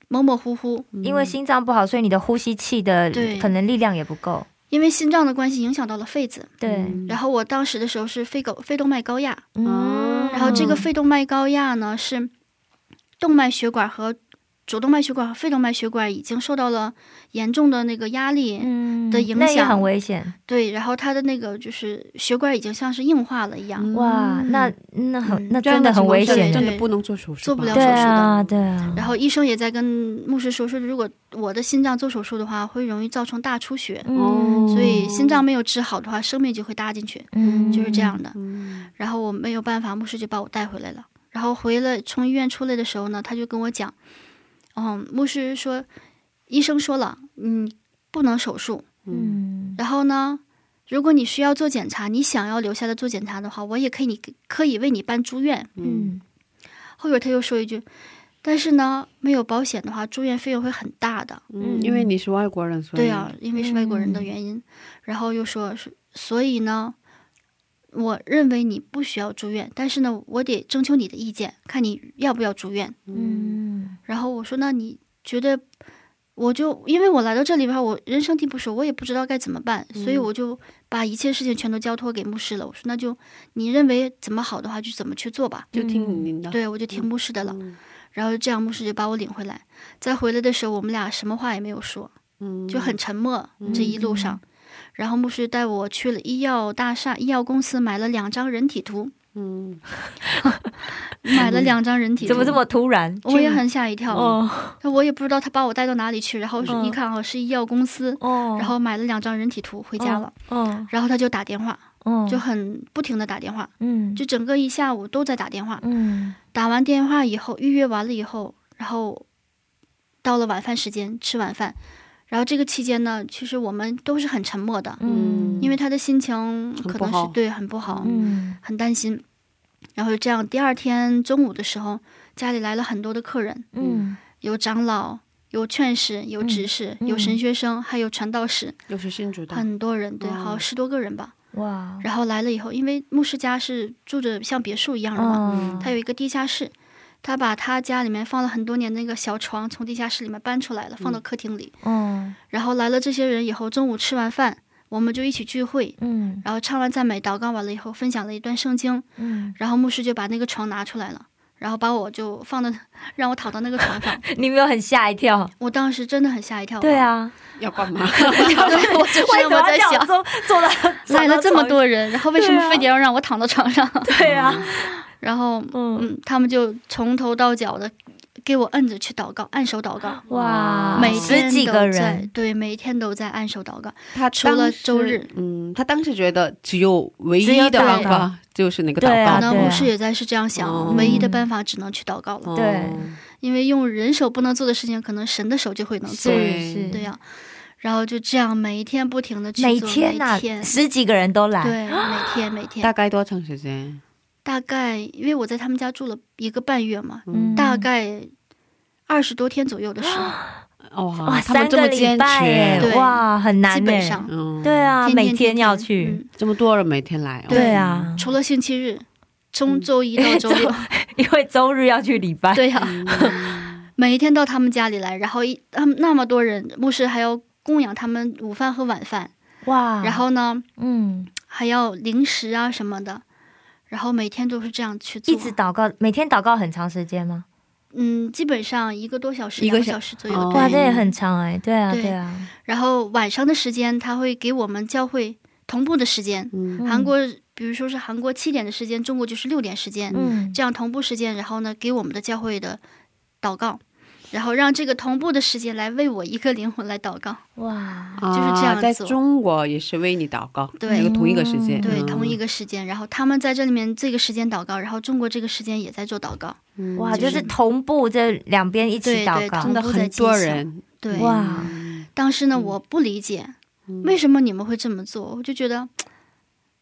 模模糊糊，因为心脏不好，所以你的呼吸器的嗯对可能力量也不够，因为心脏的关系影响到了肺子。对，然后我当时的时候是肺狗肺动脉高压，嗯，然后这个肺动脉高压呢是动脉血管和主动脉血管和肺动脉血管已经受到了严重的那个压力，嗯的影那也响很危险对，然后它的那个就是血管已经像是硬化了一样，哇，那那很嗯那这样真的很情况危下险对真耶，的不能做手术吧，做不了对手术的啊对啊，然后医生也在跟牧师说，说如果我的心脏做手术的话，会容易造成大出血，嗯所以心哦脏没有治好的话，生命就会搭进去，嗯就是这样的。嗯然后我没有办法，牧师就把我带回来了。然后回来从医院出来的时候呢，他就跟我讲，嗯，牧师说，医生说了，嗯，不能手术。嗯然后呢，如果你需要做检查，你想要留下来做检查的话，我也可以你可以为你办住院。嗯后边他又说一句，但是呢，没有保险的话，住院费用会很大的。嗯，因为你是嗯外国人，所以对啊，因为是外国人的原因，然后又说是，所以呢，我认为你不需要住院，但是呢，我得征求你的意见，看你要不要住院。嗯然后我说，那你觉得？我就因为我来到这里边，我人生地不熟，我也不知道该怎么办，所以我就把一切事情全都交托给牧师了。我说，那就你认为怎么好的话，就怎么去做吧。就听您的，对，我就听牧师的了。然后这样，牧师就把我领回来。再回来的时候，我们俩什么话也没有说，嗯，就很沉默。这一路上，然后牧师带我去了医药大厦、医药公司，买了两张人体图，嗯， 买了两张人体图。怎么这？么突然？我也很吓一跳，哦我也不知 道他把我带到哪里去。然后嗯一看啊，是医药公司，哦，然后买了两张人体图回家了。嗯然后他就打电话，嗯就很不停的打电话，嗯就整个一下午都在打电话。嗯打完电话以后，预约完了以后，然后到了晚饭时间吃晚饭，然后这个期间呢，其实我们都是很沉默的，嗯因为他的心情可很能不好是对很不好，嗯很担心。然后这样，第二天中午的时候，家里来了很多的客人，嗯有长老，有劝士，有执事，嗯有神学生，还有传道士，又是新主的，很多人，对，哦好十多个人吧。哇然后来了以后，因为牧师家是住着像别墅一样的嘛，嗯他有一个地下室，他把他家里面放了很多年那个小床从地下室里面搬出来了，放到客厅里。嗯然后来了这些人以后，中午吃完饭，我们就一起聚会，嗯然后唱完赞美祷告完了以后，分享了一段圣经，嗯，然后牧师就把那个床拿出来了。然后把我就放到， 让我躺到那个床上， 你有没有很吓一跳？我当时真的很吓一跳。对，啊，要 干 嘛？对，我就是为什我么在要想，做做到 来了这么？多人，然后为什对啊么非得要让我躺到床上？ 嗯对啊，然后，嗯嗯，他们就从头到脚的给我摁着去祷告，按手祷告。哇，每天十几都个在人，对，每天都在按手祷告，他除了当时周日，嗯，他当时觉得只有唯只有一的祷办告法就是那个对祷啊可告，能对牧师也在是这样想，哦唯一的办法只能去祷告了，哦对因为用人手不能做的事情，可能神的手就会能做，对是对呀、然后就这样每一天不停的去做，每每天呐、天十几个人都来，对，每天每大天，概多长时间？大概因为我在他们家住了一个半月嘛，嗯大概二十多天左右的时候，哇哇，他们三这个么礼坚拜持，耶，对哇，很基难本耶。上嗯，对，啊，天每天要天去，嗯这么多人每天来，哦对 对啊，嗯除了星期日，从周一到周六。 因为周日要去礼拜，啊 对呀、每一天到他们家里来，然后一他们那么多人，牧师还要供养他们午饭和晚饭，哇，然后呢嗯，还要零食啊什么的，然后每天都是这样去做，一直祷告，每天祷告很长时间吗？嗯，基本上一个多小时、一个两小小时左右。对哦嗯哇，这也很长哎、对啊，对对啊，然后晚上的时间，他会给我们教会同步的时间。嗯韩国，比如说是韩国七点的时间，中国就是六点时间，嗯，这样同步时间，然后呢，给我们的教会的祷告，然后让这个同步的时间来为我一个灵魂来祷告。哇，就是这样啊在做中国也是为你祷告，对这个同一个时间，对，嗯同一个时间，然后他们在这里面这个时间祷告，然后中国这个时间也在做祷告。嗯哇，嗯就就是是同步这两边一起对祷对告真，的很多人，对，嗯哇，当时嗯呢，我不理解为什么你们会这么做，我就觉得。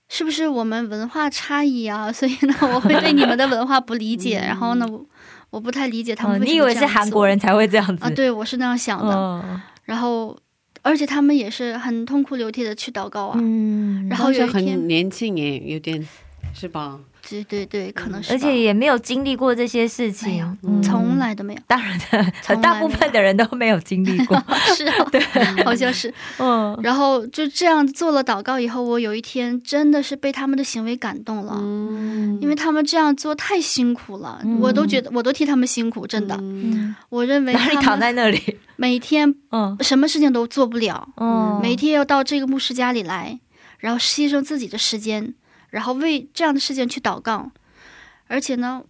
是不是我们文化差异啊？ 所以 呢，我会对你们的文化不理解。然后呢，我我不太理解他嗯哦，们为你什以么为这样做、是韩国人才会这样子？啊？对，我是那样想的。嗯，然后，而且他们也是很痛哭流涕的去祷告啊。嗯，然后有是一天很，年轻耶，有点是吧？嗯对对对，可能是吧而且也没有经历过这些事没情有，嗯从来都没有。当然的，从来很大部分的人都没有经 历过，是、啊，对， 好像是。 嗯，然后就这样做了祷告以后，我有一天真的是被他们的行为感动了。嗯因为他们这样做太辛苦了，嗯我都觉得我都替他们辛苦，真的。嗯我认为然后你他躺们在那里， 每天嗯什么事情都做不了，嗯，每天要到这个牧师家里来，然后牺牲自己的时间，然后为这样的事情去祷告。而且呢，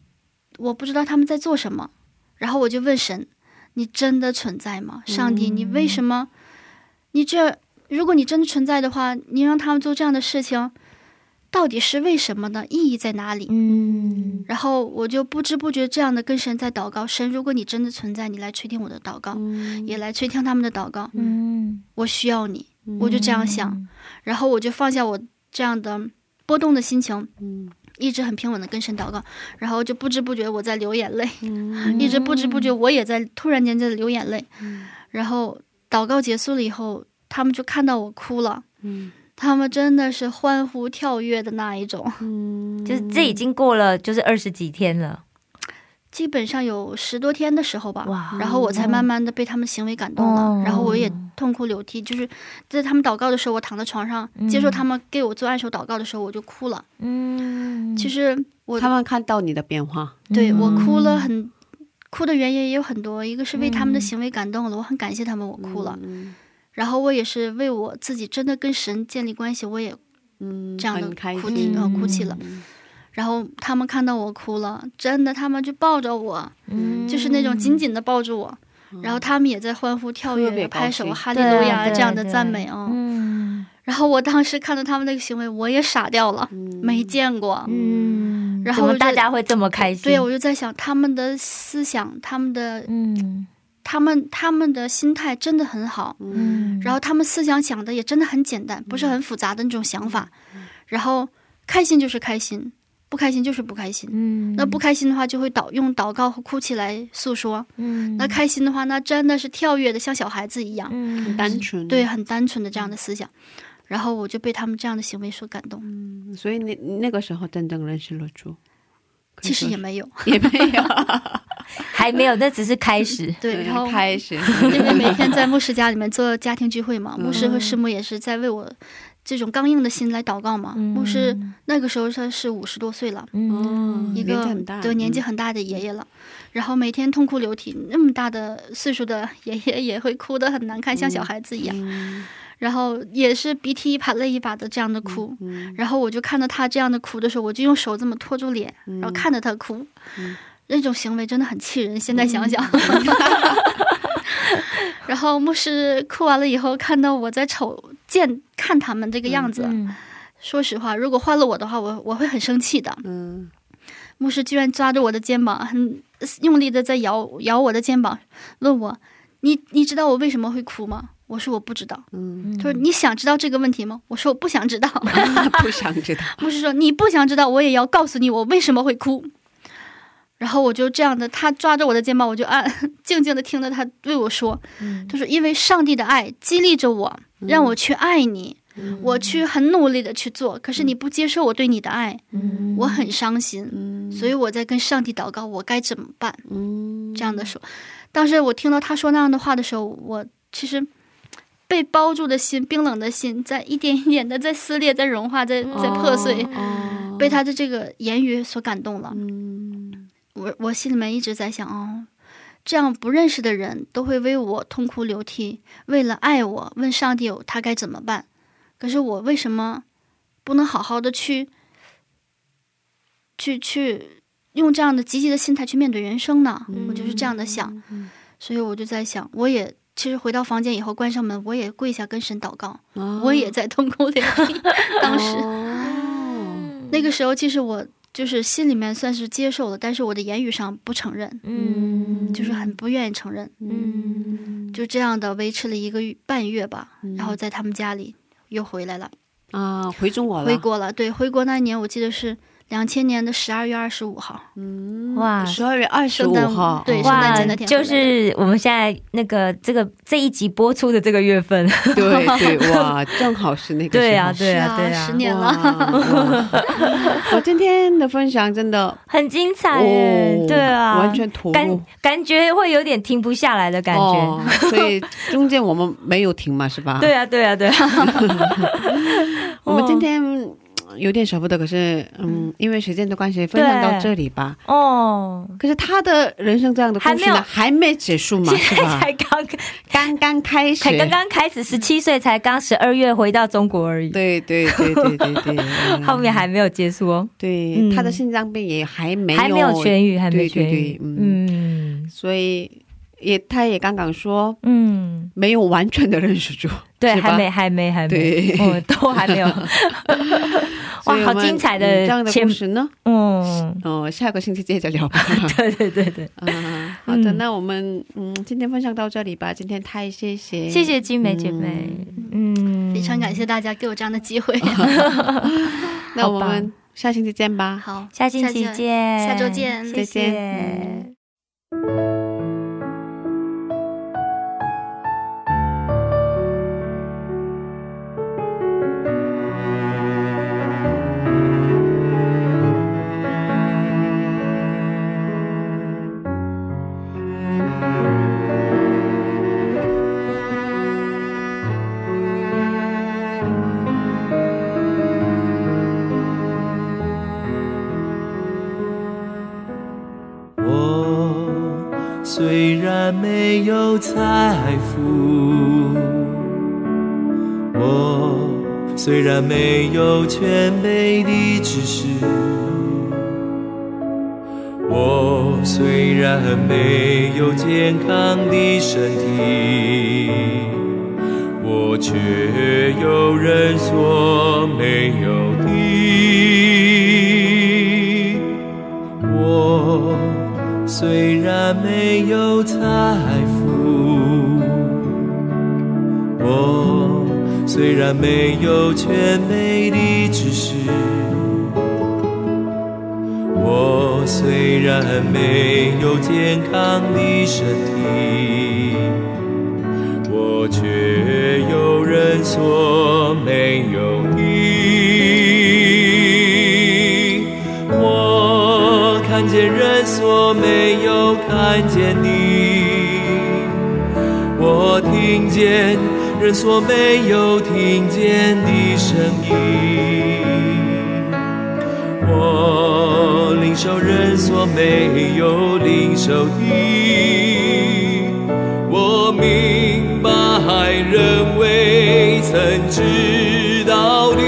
我不知道他们在做什么，然后我就问神：“你真的存在吗？上帝，你嗯为什么？你这如果你真的存在的话，你让他们做这样的事情，到底是为什么呢？意义在哪里？”嗯，然后我就不知不觉这样的跟神在祷告，神，如果你真的存在，你来垂听我的祷告，也来垂听他们的祷告，嗯，我需要你，我就这样想，然后我就放下我这样的波动的心情，嗯一直很平稳的跟神祷告，然后就不知不觉我在流眼泪，嗯一直不知不觉我也在突然间在流眼泪，嗯然后祷告结束了以后，他们就看到我哭了，嗯他们真的是欢呼跳跃的那一种，就是这已经过了，就是二十几天了，基本上有十多天的时候吧，哇然后我才慢慢的被他们行为感动了，哦然后我也痛哭流涕，就是在他们祷告的时候，我躺在床上、接受他们给我做按手祷告的时候，我就哭了。嗯，其实我他们看到你的变化，对我嗯嗯哭了很，哭的原因也有很多，一个是为他们的行为感动了，我很感谢他们，我哭了。然后我也是为我自己真的跟神建立关系，我也嗯，这样的很开哭心泣，，呃哭泣了。嗯然后他们看到我哭了，真的，他们就抱着我，嗯就是那种紧紧的抱住我，然后他们也在欢呼、跳特别跃、高拍手、兴哈利对啊路亚对啊这样的对啊赞美啊。嗯然后我当时看到他们那个行为，我也傻掉了，没见过。嗯，然怎后么就大家会这么开心？对，我就在想他们的思想、他们的、嗯他们、他们的心态真的很好，嗯，然后他们思想想的也真的很简单，不是很复杂的那种想法。嗯然后开心就是开心，不开心就是不开心。嗯，那不开心的话，就会祷用祷告和哭泣来诉说；嗯，那开心的话，那真的是跳跃的，像小孩子一样，嗯单纯，对，很单纯的这样的思想。然后我就被他们这样的行为所感动，嗯所以那那个时候真正认识了主，可以其实也说没有，是也没 有，哎还没有，那只是开始。对，然后开始， 嗯因为每天在牧师家里面做家庭聚会嘛，牧师和师母也是在为我这种刚硬的心来祷告嘛。牧师那个时候他是五十多岁了，嗯，一年纪个很大，对年纪嗯很大的爷爷了，然后每天痛哭流涕，那么大的岁数的爷爷也会哭得很难看，嗯像小孩子一样，然后也是鼻涕一把泪一把的这样的哭，嗯然后我就看到他这样的哭的时候，我就用手这么托住脸，然嗯后看着他哭，那种行为真的很气人，现在想想。然后牧师哭完了以后，看到我在瞅见看他们这个样子，嗯说实话，如果换了我的话，我我会很生气的。嗯，牧师居然抓着我的肩膀，很用力的在摇摇我的肩膀，问我：“你你知道我为什么会哭吗？”我说：“我不知道。”嗯，他说：“你想知道这个问题吗？”我说：“我不想知道。不 想知道，”牧师说：“你不想知道，我也要告诉你我为什么会哭。”然后我就这样的，他抓着我的肩膀，我就按静静的听着他对我说：“嗯他说因为上帝的爱激励着我，让我去爱你，嗯我去很努力的去做，可是你不接受我对你的爱，嗯我很伤心，嗯所以我在跟上帝祷告，我该怎么办？这样的说，当时我听到他说那样的话的时候，我其实被包住的心，冰冷的心，在一点一点的在撕裂，在融化，在在破碎，哦被他的这个言语所感动了。嗯我我心里面一直在想，哦，这样不认识的人都会为我痛哭流涕，为了爱我问上帝有他该怎么办，可是我为什么不能好好的去，去去用这样的积极的心态去面对人生呢？我就是这样的想，所以我就在想，我也。其实回到房间以后，关上门，我也跪下跟神祷告，哦我也在痛哭流涕。 当时，哦那个时候，其实我就是心里面算是接受了，但是我的言语上不承认，嗯就是很不愿意承认。嗯就这样的维持了一个月半月吧，嗯然后在他们家里又回来了，啊，回中国了，回国了。对，回国那一年我记得是两千年的十二月二十五号，哇嗯十二月二十圣五诞号，哦对圣哇诞节那，天回来就的是我们现在那个这个这一集播出的这个月份，对 对，哇，正好是那个时候对啊，对啊，对十啊，年哇了。哇我今天的分享真的很精彩耶哦，对啊，完全投入感感觉会有点停不下来的感哦 觉，，所以中间我们没有停嘛，是吧？对，啊，哦对啊，对啊， 我们今天嗯有点舍不得，可是嗯，因为时间的关系，分享到这里吧。哦，可是他的人生这样的故事还没呢，有还没结束嘛，是现在吧？才刚刚刚开始，才刚刚开始，十七岁才刚十二月回到中国而已，对对对对对对，嗯 后面还没有结束哦，对、嗯他的心脏病也还没有还没有痊愈，还没有痊对对愈对，，嗯，嗯所以也他也刚刚说嗯，没有完全的认识住，对，是吧还没，还没，还没对，我们都还 没有， 哇所以，我好们精彩嗯这样的的前故，事呢，嗯，哦，下个星期接着聊吧。 对对对对，嗯，好的，嗯那我们嗯今天分享到这里吧，今天太谢谢谢谢金梅姐妹，嗯，非常感谢大家给我这样的机 会，嗯那我好吧们下星期见吧。好，下星期下见，下周见谢再谢见嗯我虽然没有财富，我虽然没有全美的知识，我虽然没有健康的身体，我却有人所没有的。我虽然没有财富，我虽然没有全美的知识，我虽然没有健康的身体，我却有人所没有你。我看见人所没有看见你，我听见人所没有听见的声音。我领受人所没有领受的，我明白人未曾知道的。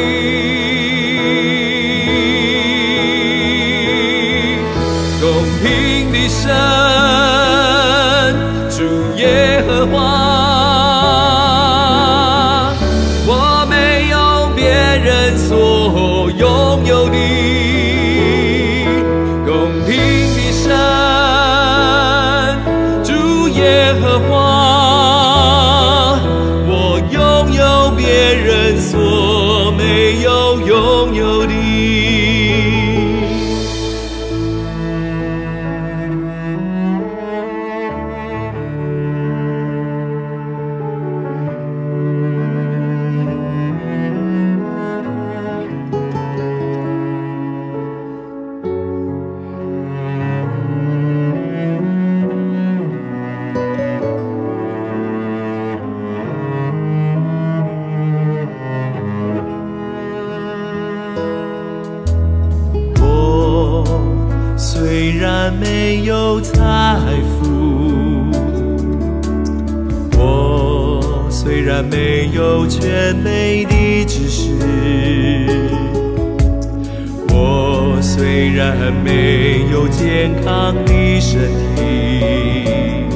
公平的神，主耶和华，我没有别人所拥有的。公平的神，主耶和华，我拥有别人所没有拥有的。然没有财富，我虽然没有全美的知识，我虽然没有健康的身体，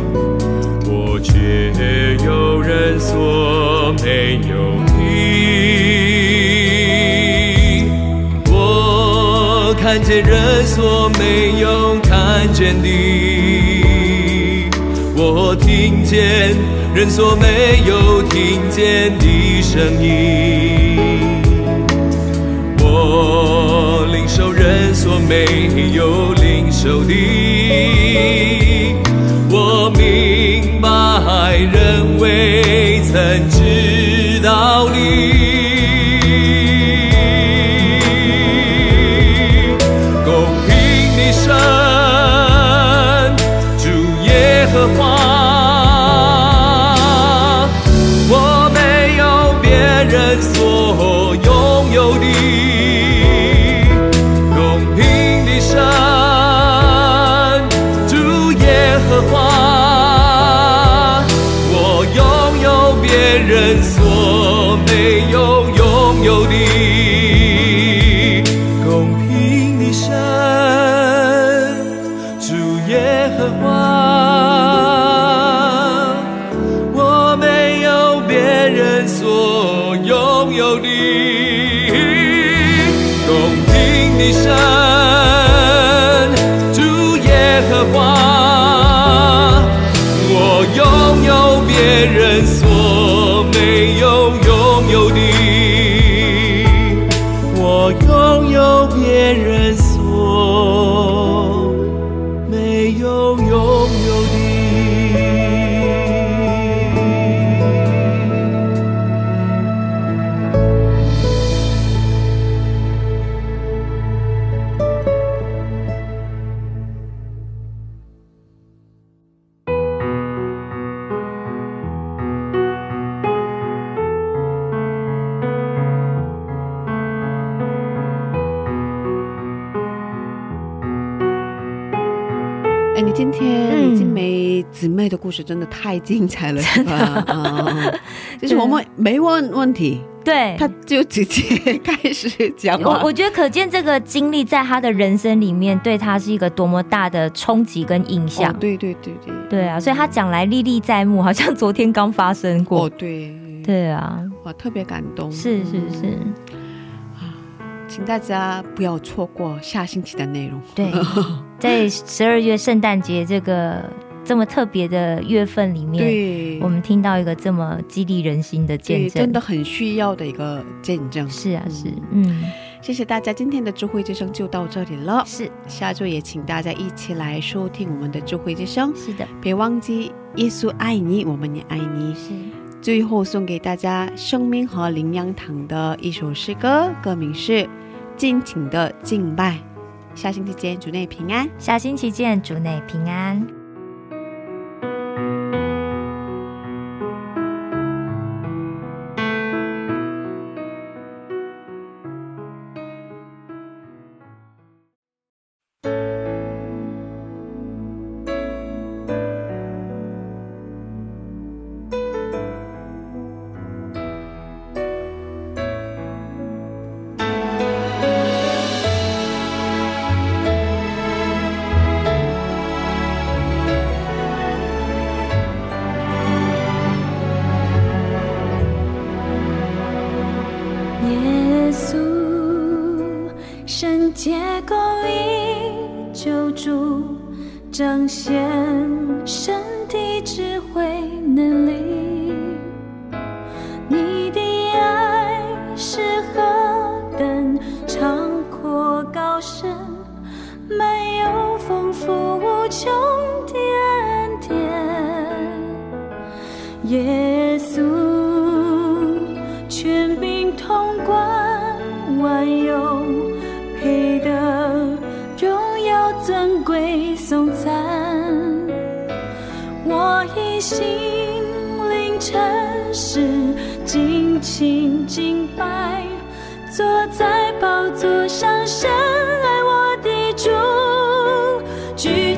我却有人所没有的。我看见人所没有看见的，我听见人所没有听见的声音，我领受人所没有领受的。我明白人未曾知道的。公平的神，主耶和华，我没有别人所拥有的。公平的神，主耶和华，我拥有别人所没有拥有的。公平的神，主耶和华，我没有别人所拥有的。公平的神，主耶和华，我拥有别人所没有拥有的。我拥有别人所没有拥有的。哎，你今天嗯你金梅姊妹的故事真的太精彩了，是吧？ 啊，就是我们没问问题，对，她就直接开始讲我了。我觉得可见这个经历在他的人生里面，对他是一个多么大的冲击跟影响。哦，对对对对，对啊，所以他讲来历历在目，好像昨天刚发生过。哦对，对啊，我特别感动。嗯啊是是是，请大家不要错过下星期的内容。 对，在十二月圣诞节这个这么特别的月份里面，对，我们听到一个这么激励人心的见对证，真的很需要的一个见证。是啊是，嗯谢谢大家，今天的智慧之声就到这里了。是下周也请大家一起来收听我们的智慧之声，是的别忘记耶稣爱你，我们也爱你。是，最后送给大家生命和灵粮堂的一首诗歌，歌名是《尽情的敬拜》。下星期见，主内平安。下星期见，主内平安。耶稣，圣洁公义救主，彰显神的智慧能力。你的爱是何等长阔高深，满有丰富无穷的恩典。耶稣，权柄统管万有，配得荣耀尊贵颂赞。我以心灵诚实尽情敬拜，坐在宝座上深爱我的主，举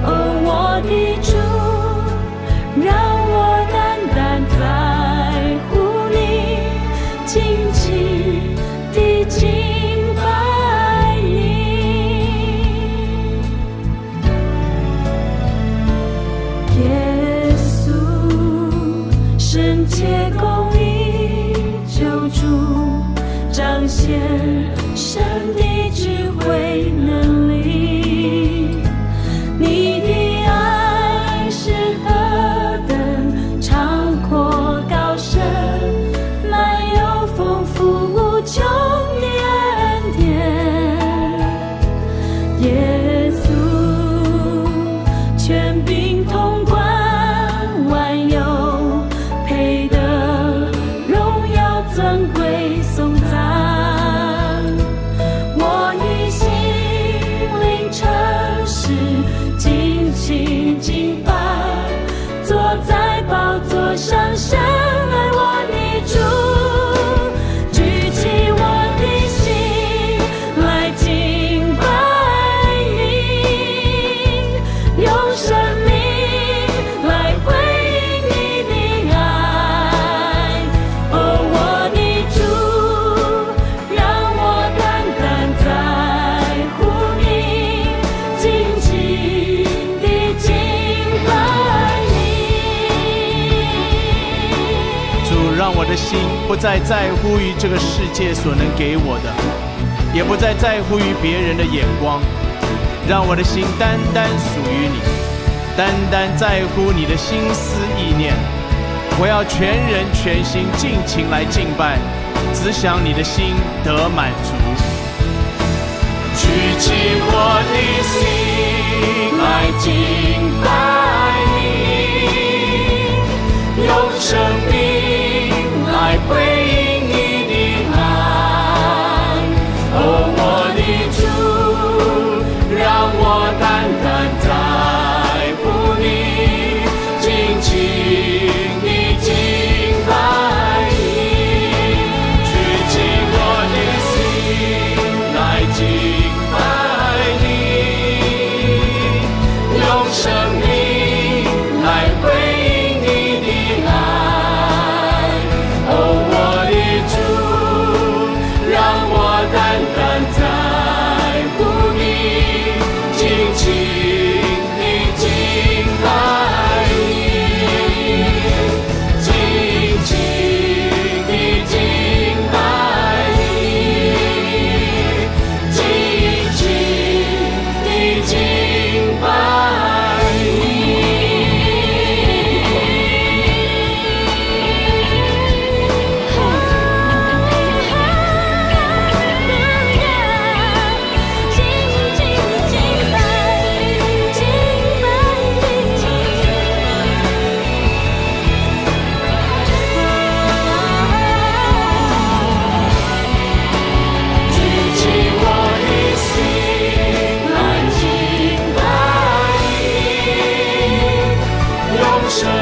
哦我的主，让我单单在乎你，静静地敬拜你。耶稣，圣洁公义救主，彰显神的智慧能力。你的爱是何等长阔高深，满有丰富无穷的恩典。耶稣，权柄统管万有，配得荣耀尊贵颂赞。我以心灵诚实尽情敬拜，坐在宝座上，深爱我的主。举起我的心来敬拜你，用生命来回应你的爱。哦，我的主，让我单单在乎你，静静地敬拜你。主，让我的心不再在乎于这个世界所能给我的，也不再在乎于别人的眼光，让我的心单单属于你，单单在乎你的心思意念。我要全人全心尽情来敬拜，只想你的心得满足。举起我的心来敬拜你。用生命来回应你的爱。哦，我的主，让我单单在乎你，尽情地敬拜你，举起我的心来敬拜你。用生命来回应你的爱，哦，我的主，让我单单在乎你，尽情地敬拜你，尽情地敬拜你。尽情地敬拜你。静静地敬拜你，敬拜你。举起我的心来敬拜你，用生哦